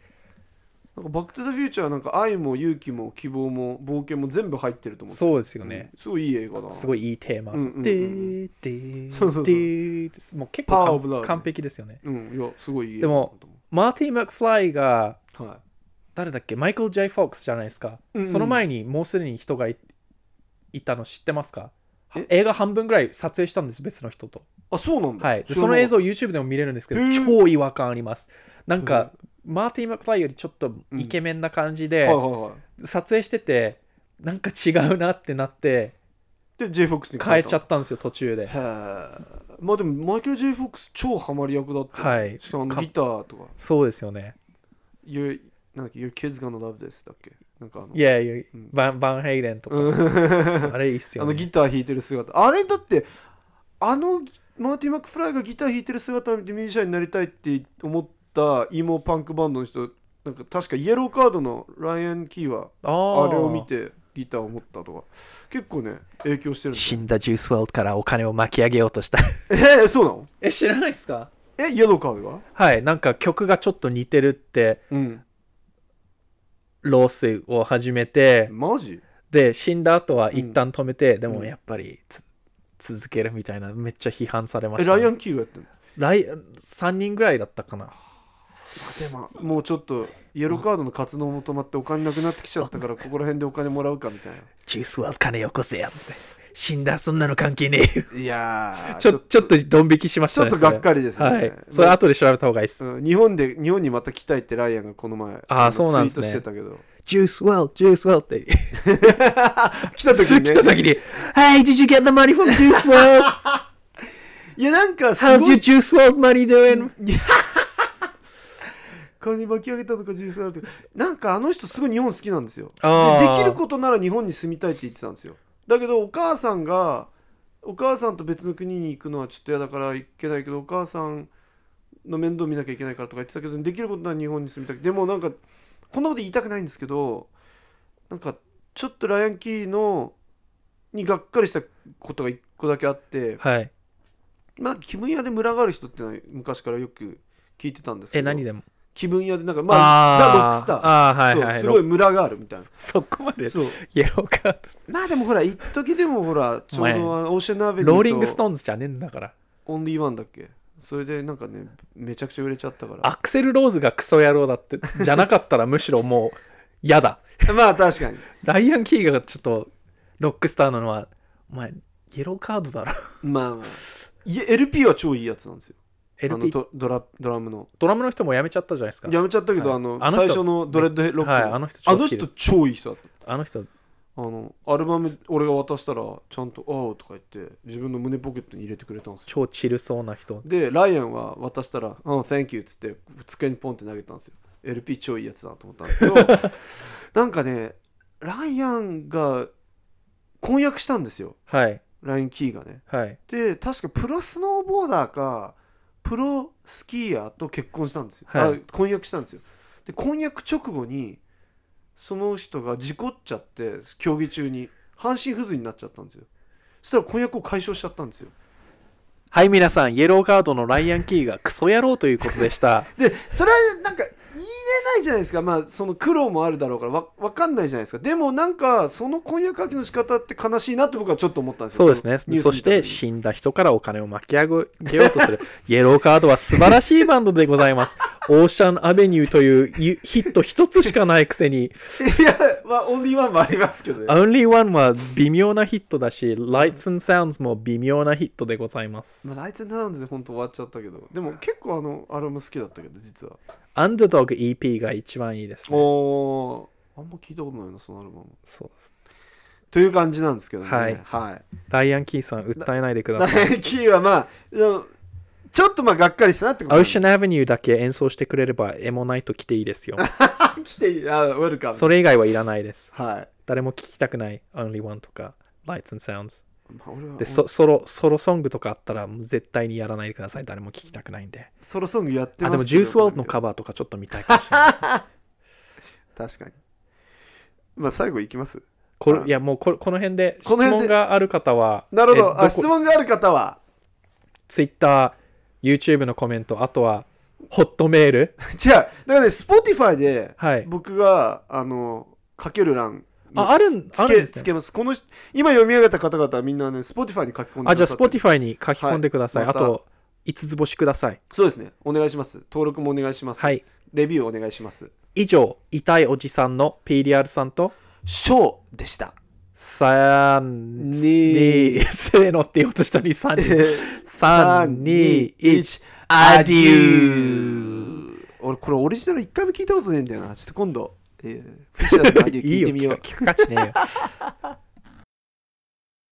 A: なんかバック・トゥ・ザ・フューチャーはなんか愛も勇気も希望も冒険も全部入ってると
B: ない
A: 思う
B: そうですよね。
A: うんすごいいい映画だな
B: すごいいいテーマ。
A: うんうんうん
B: でーでー
A: そうそうそう
B: でーですもう結
A: Power of
B: 構
A: Love
B: 完完璧ですよね。
A: うんいやすごいいい映
B: で
A: 画だな
B: も
A: と思
B: マーティン・マクフライが
A: うはい
B: 誰だっけマイケル・ J ・フォックスじゃないですか、
A: うんうん
B: その前にもうすでに人がいいたの知ってますか
A: え
B: 映画半分ぐらい撮影したんです別の人と、
A: あそうなんだ
B: はい、で
A: 知ら
B: そ
A: な
B: の
A: か
B: 映
A: った
B: 像 YouTube でも見れるんですけど
A: へー
B: 超違和感ありますなんか、マーティン・マクフライよりちょっとイケメンな感じで、
A: はいはいはい
B: 撮影しててなんか違うなってなって
A: で JFOX に
B: 変えちゃ
A: た
B: ったんですよ途中で
A: へえまあでもマイケル・ JFOX 超ハマり役だった、
B: はい
A: しかもあの
B: か
A: ギターとか
B: そうですよね
A: 「Your, なんだっけ Your Kids Gonna Love This」だっけなんかあの
B: いやいや
A: うん
B: バンバンヘイレンとか、
A: うん
B: あれいいっす
A: あ
B: よ
A: の
B: ね
A: ギター弾いてる姿あれだってあのギマーティ・マックフライがギター弾いてる姿を見てミュージシャンになりたいって思ったイモパンクバンドの人なんか確かイエローカードのライアン・キーは
B: あ
A: あ
B: ー
A: れを見てギターを持ったとか結構ね影響してるんです
B: 死
A: よ
B: んだジュースワールドからお金を巻き上げようとした
A: えー、そうなの
B: え知らないっすか
A: えイエローカードが
B: はいなんか曲がちょっと似てるって
A: うん
B: ロースを始めて
A: マジ
B: で死んだ後は一旦止めて、で
A: う
B: も
A: ん
B: やっぱりつ続けるみたいなめっちゃ批判されま
A: え
B: した
A: ラ
B: ね、
A: イアン・キーがやってんの
B: ライ3人ぐらいだったかな
A: でももうちょっとイエローカードの活動も止まってお金なくなってきちゃったからここら辺でお金もらうかみたいな
B: ジュースワールド金よこせやつって 死んだそんなの関係ねえよ
A: いやー
B: ちょちょっとドン引きしまし
A: ちょ
B: た
A: っ
B: ね
A: と
B: それ
A: がっかりですね。
B: はいそれ後で調べた方がい いです
A: うん日本で日本にまた来たいってライアンがこの前
B: あーそうなんです
A: ツイ
B: ね
A: ートしてたけど
B: ジュースワールドジュースワールドって
A: 来た時に
B: 来た
A: ね
B: 先 に Hey did you get the money from juice world
A: いやなん かす
B: How's
A: ご
B: your
A: い
B: juice world money doing
A: 金巻き上げたとかジュースがあるとかなんかあの人すごい日本好きなんですよ
B: あ
A: で
B: ー
A: できることなら日本に住みたいって言ってたんですよだけどお母さんがお母さんと別の国に行くのはちょっと嫌だから行けないけどお母さんの面倒見なきゃいけないからとか言ってたけどできることなら日本に住みたいでもなんかこんなこと言いたくないんですけどなんかちょっとライアン・キーのにがっかりしたことが一個だけあって、
B: はい
A: まあ、気分屋で群がる人っていうのは昔からよく聞いてたんですけ
B: え
A: ど
B: 何でも
A: 気分屋でなんかまあザ・ロックスター
B: あーあーはいは
A: そう
B: い
A: すごい
B: ロ
A: 群がるみたいな
B: そこまで
A: そう
B: イエローカー
A: まあでもほら、一時でもほら、ちょうどあのオーシャンア
B: ド
A: ベニューと
B: ローリングストーンズじゃねえんだから
A: オンリーワンだっけそれでなんかね、めちゃくちゃ売れちゃったから。
B: アクセル・ローズがクソ野郎だってじゃなかったらむしろもう嫌だ
A: まあ確かに。
B: ライアン・キーがちょっとロックスターなのはお前イエローカードだろ
A: まあまあ、いや LP は超いいやつなんですよ。あの
B: LP
A: ドドラドラムの。
B: ドラムの人も辞めちゃったじゃないですか
A: やめちゃったけど、
B: はい
A: あの
B: あの人
A: 最初のドレッドヘッドロック、
B: はい
A: あ
B: あ
A: の
B: の人超好きで
A: 人
B: す
A: 超いい人だった。
B: あの人
A: あのアルバム俺が渡したらちゃんと「ああ」とか言って自分の胸ポケットに入れてくれたんですよ
B: 超チルそうな人
A: でライアンは渡したら「あ、Thank you」っつって机にポンって投げたんですよ LP 超いいやつだなと思ったんです けどなんかねライアンが婚約したんですよ
B: はい
A: ラインキーがね
B: はい
A: で確かプロスノーボーダーかプロスキーヤーと結婚したんですよ、
B: はい
A: あ婚約したんですよで婚約直後にその人が事故っちゃって競技中に半身不随になっちゃったんですよそしたら婚約を解消しちゃったんですよ
B: はい皆さんイエローカードのライアン・キーがクソ野郎ということでした
A: でそれはなんか言えないじゃないですかまあその苦労もあるだろうからわわかんないじゃないですかでもなんかその婚約破棄の仕方って悲しいなって僕はちょっと思ったんです
B: そ
A: よ
B: うですね
A: のニュース
B: そして
A: 見
B: 死んだ人からお金を巻き上げようと するイエローカードは素晴らしいバンドでございますオーシャン・アベニューというゆヒット一つしかないくせ に
A: た時にいやまあオンリーワンもありますけどね
B: Only One は微妙なヒットだし Lights and Sounds も微妙なヒットでございます
A: まあ、ライツナウンズで本当終わっちゃったけどでも結構あのアルバム好きだったけど実は、
B: Underdog EP が一番いいです
A: お
B: ね
A: おーあんま聞いたことないなそのアルバム
B: そうです
A: という感じなんですけどね
B: はい
A: はい
B: ライアン・キーさん訴えないでください
A: ライキーはまあでもちょっとまあがっかりしたなってこ
B: オ
A: となん
B: ー
A: で
B: シャン・アベニューだけ演奏してくれればエモナイト来ていいですよ。
A: 来ていいあウェルカム
B: それ以外はいらないです。
A: はい、
B: 誰も聞きたくない Only One とか Lights and Sounds。
A: まあ、俺は
B: で、そソロ、ソロソングとかあったらもう絶対にやらないでください。誰も聞きたくないんで。
A: ソロソングやって
B: あ、
A: ま
B: で
A: す
B: もジュース・ワールドのカバーとかちょっと見たいかもしれない。
A: 確かにまあ最後いきます
B: こ れいや、もうこれこの辺で質
A: この辺
B: 問
A: で
B: がある方は、
A: なるほ
B: え
A: どあ質問がある方は
B: Twitter、YouTube のコメント、あとはホットメール。
A: 違うだからね Spotify で
B: はい。
A: 僕があのかける欄
B: あ、あるん
A: つ
B: あ
A: け
B: るんです
A: つ
B: ね。
A: けますこの人今読み上げた方々はみんなね Spotify に書き込んで
B: あ、じゃあ
A: くださって
B: Spotify に書き込んでください。
A: はい
B: あと、5つ星ください。
A: そうですねお願いします登録もお願いします、
B: はい。
A: レビューお願いします
B: 以上、痛いおじさんの PDR さんと、
A: ショー でした
B: さん、
A: に
B: に、せーのって言おうとしたのに、3、2、3、2、1。
A: アデュー俺これオリジナル一回も聞いたことねえんだよなちょっと今度、えー、フィッシャーズのアデュー聞いてみよう
B: 聞く価値ねえよ。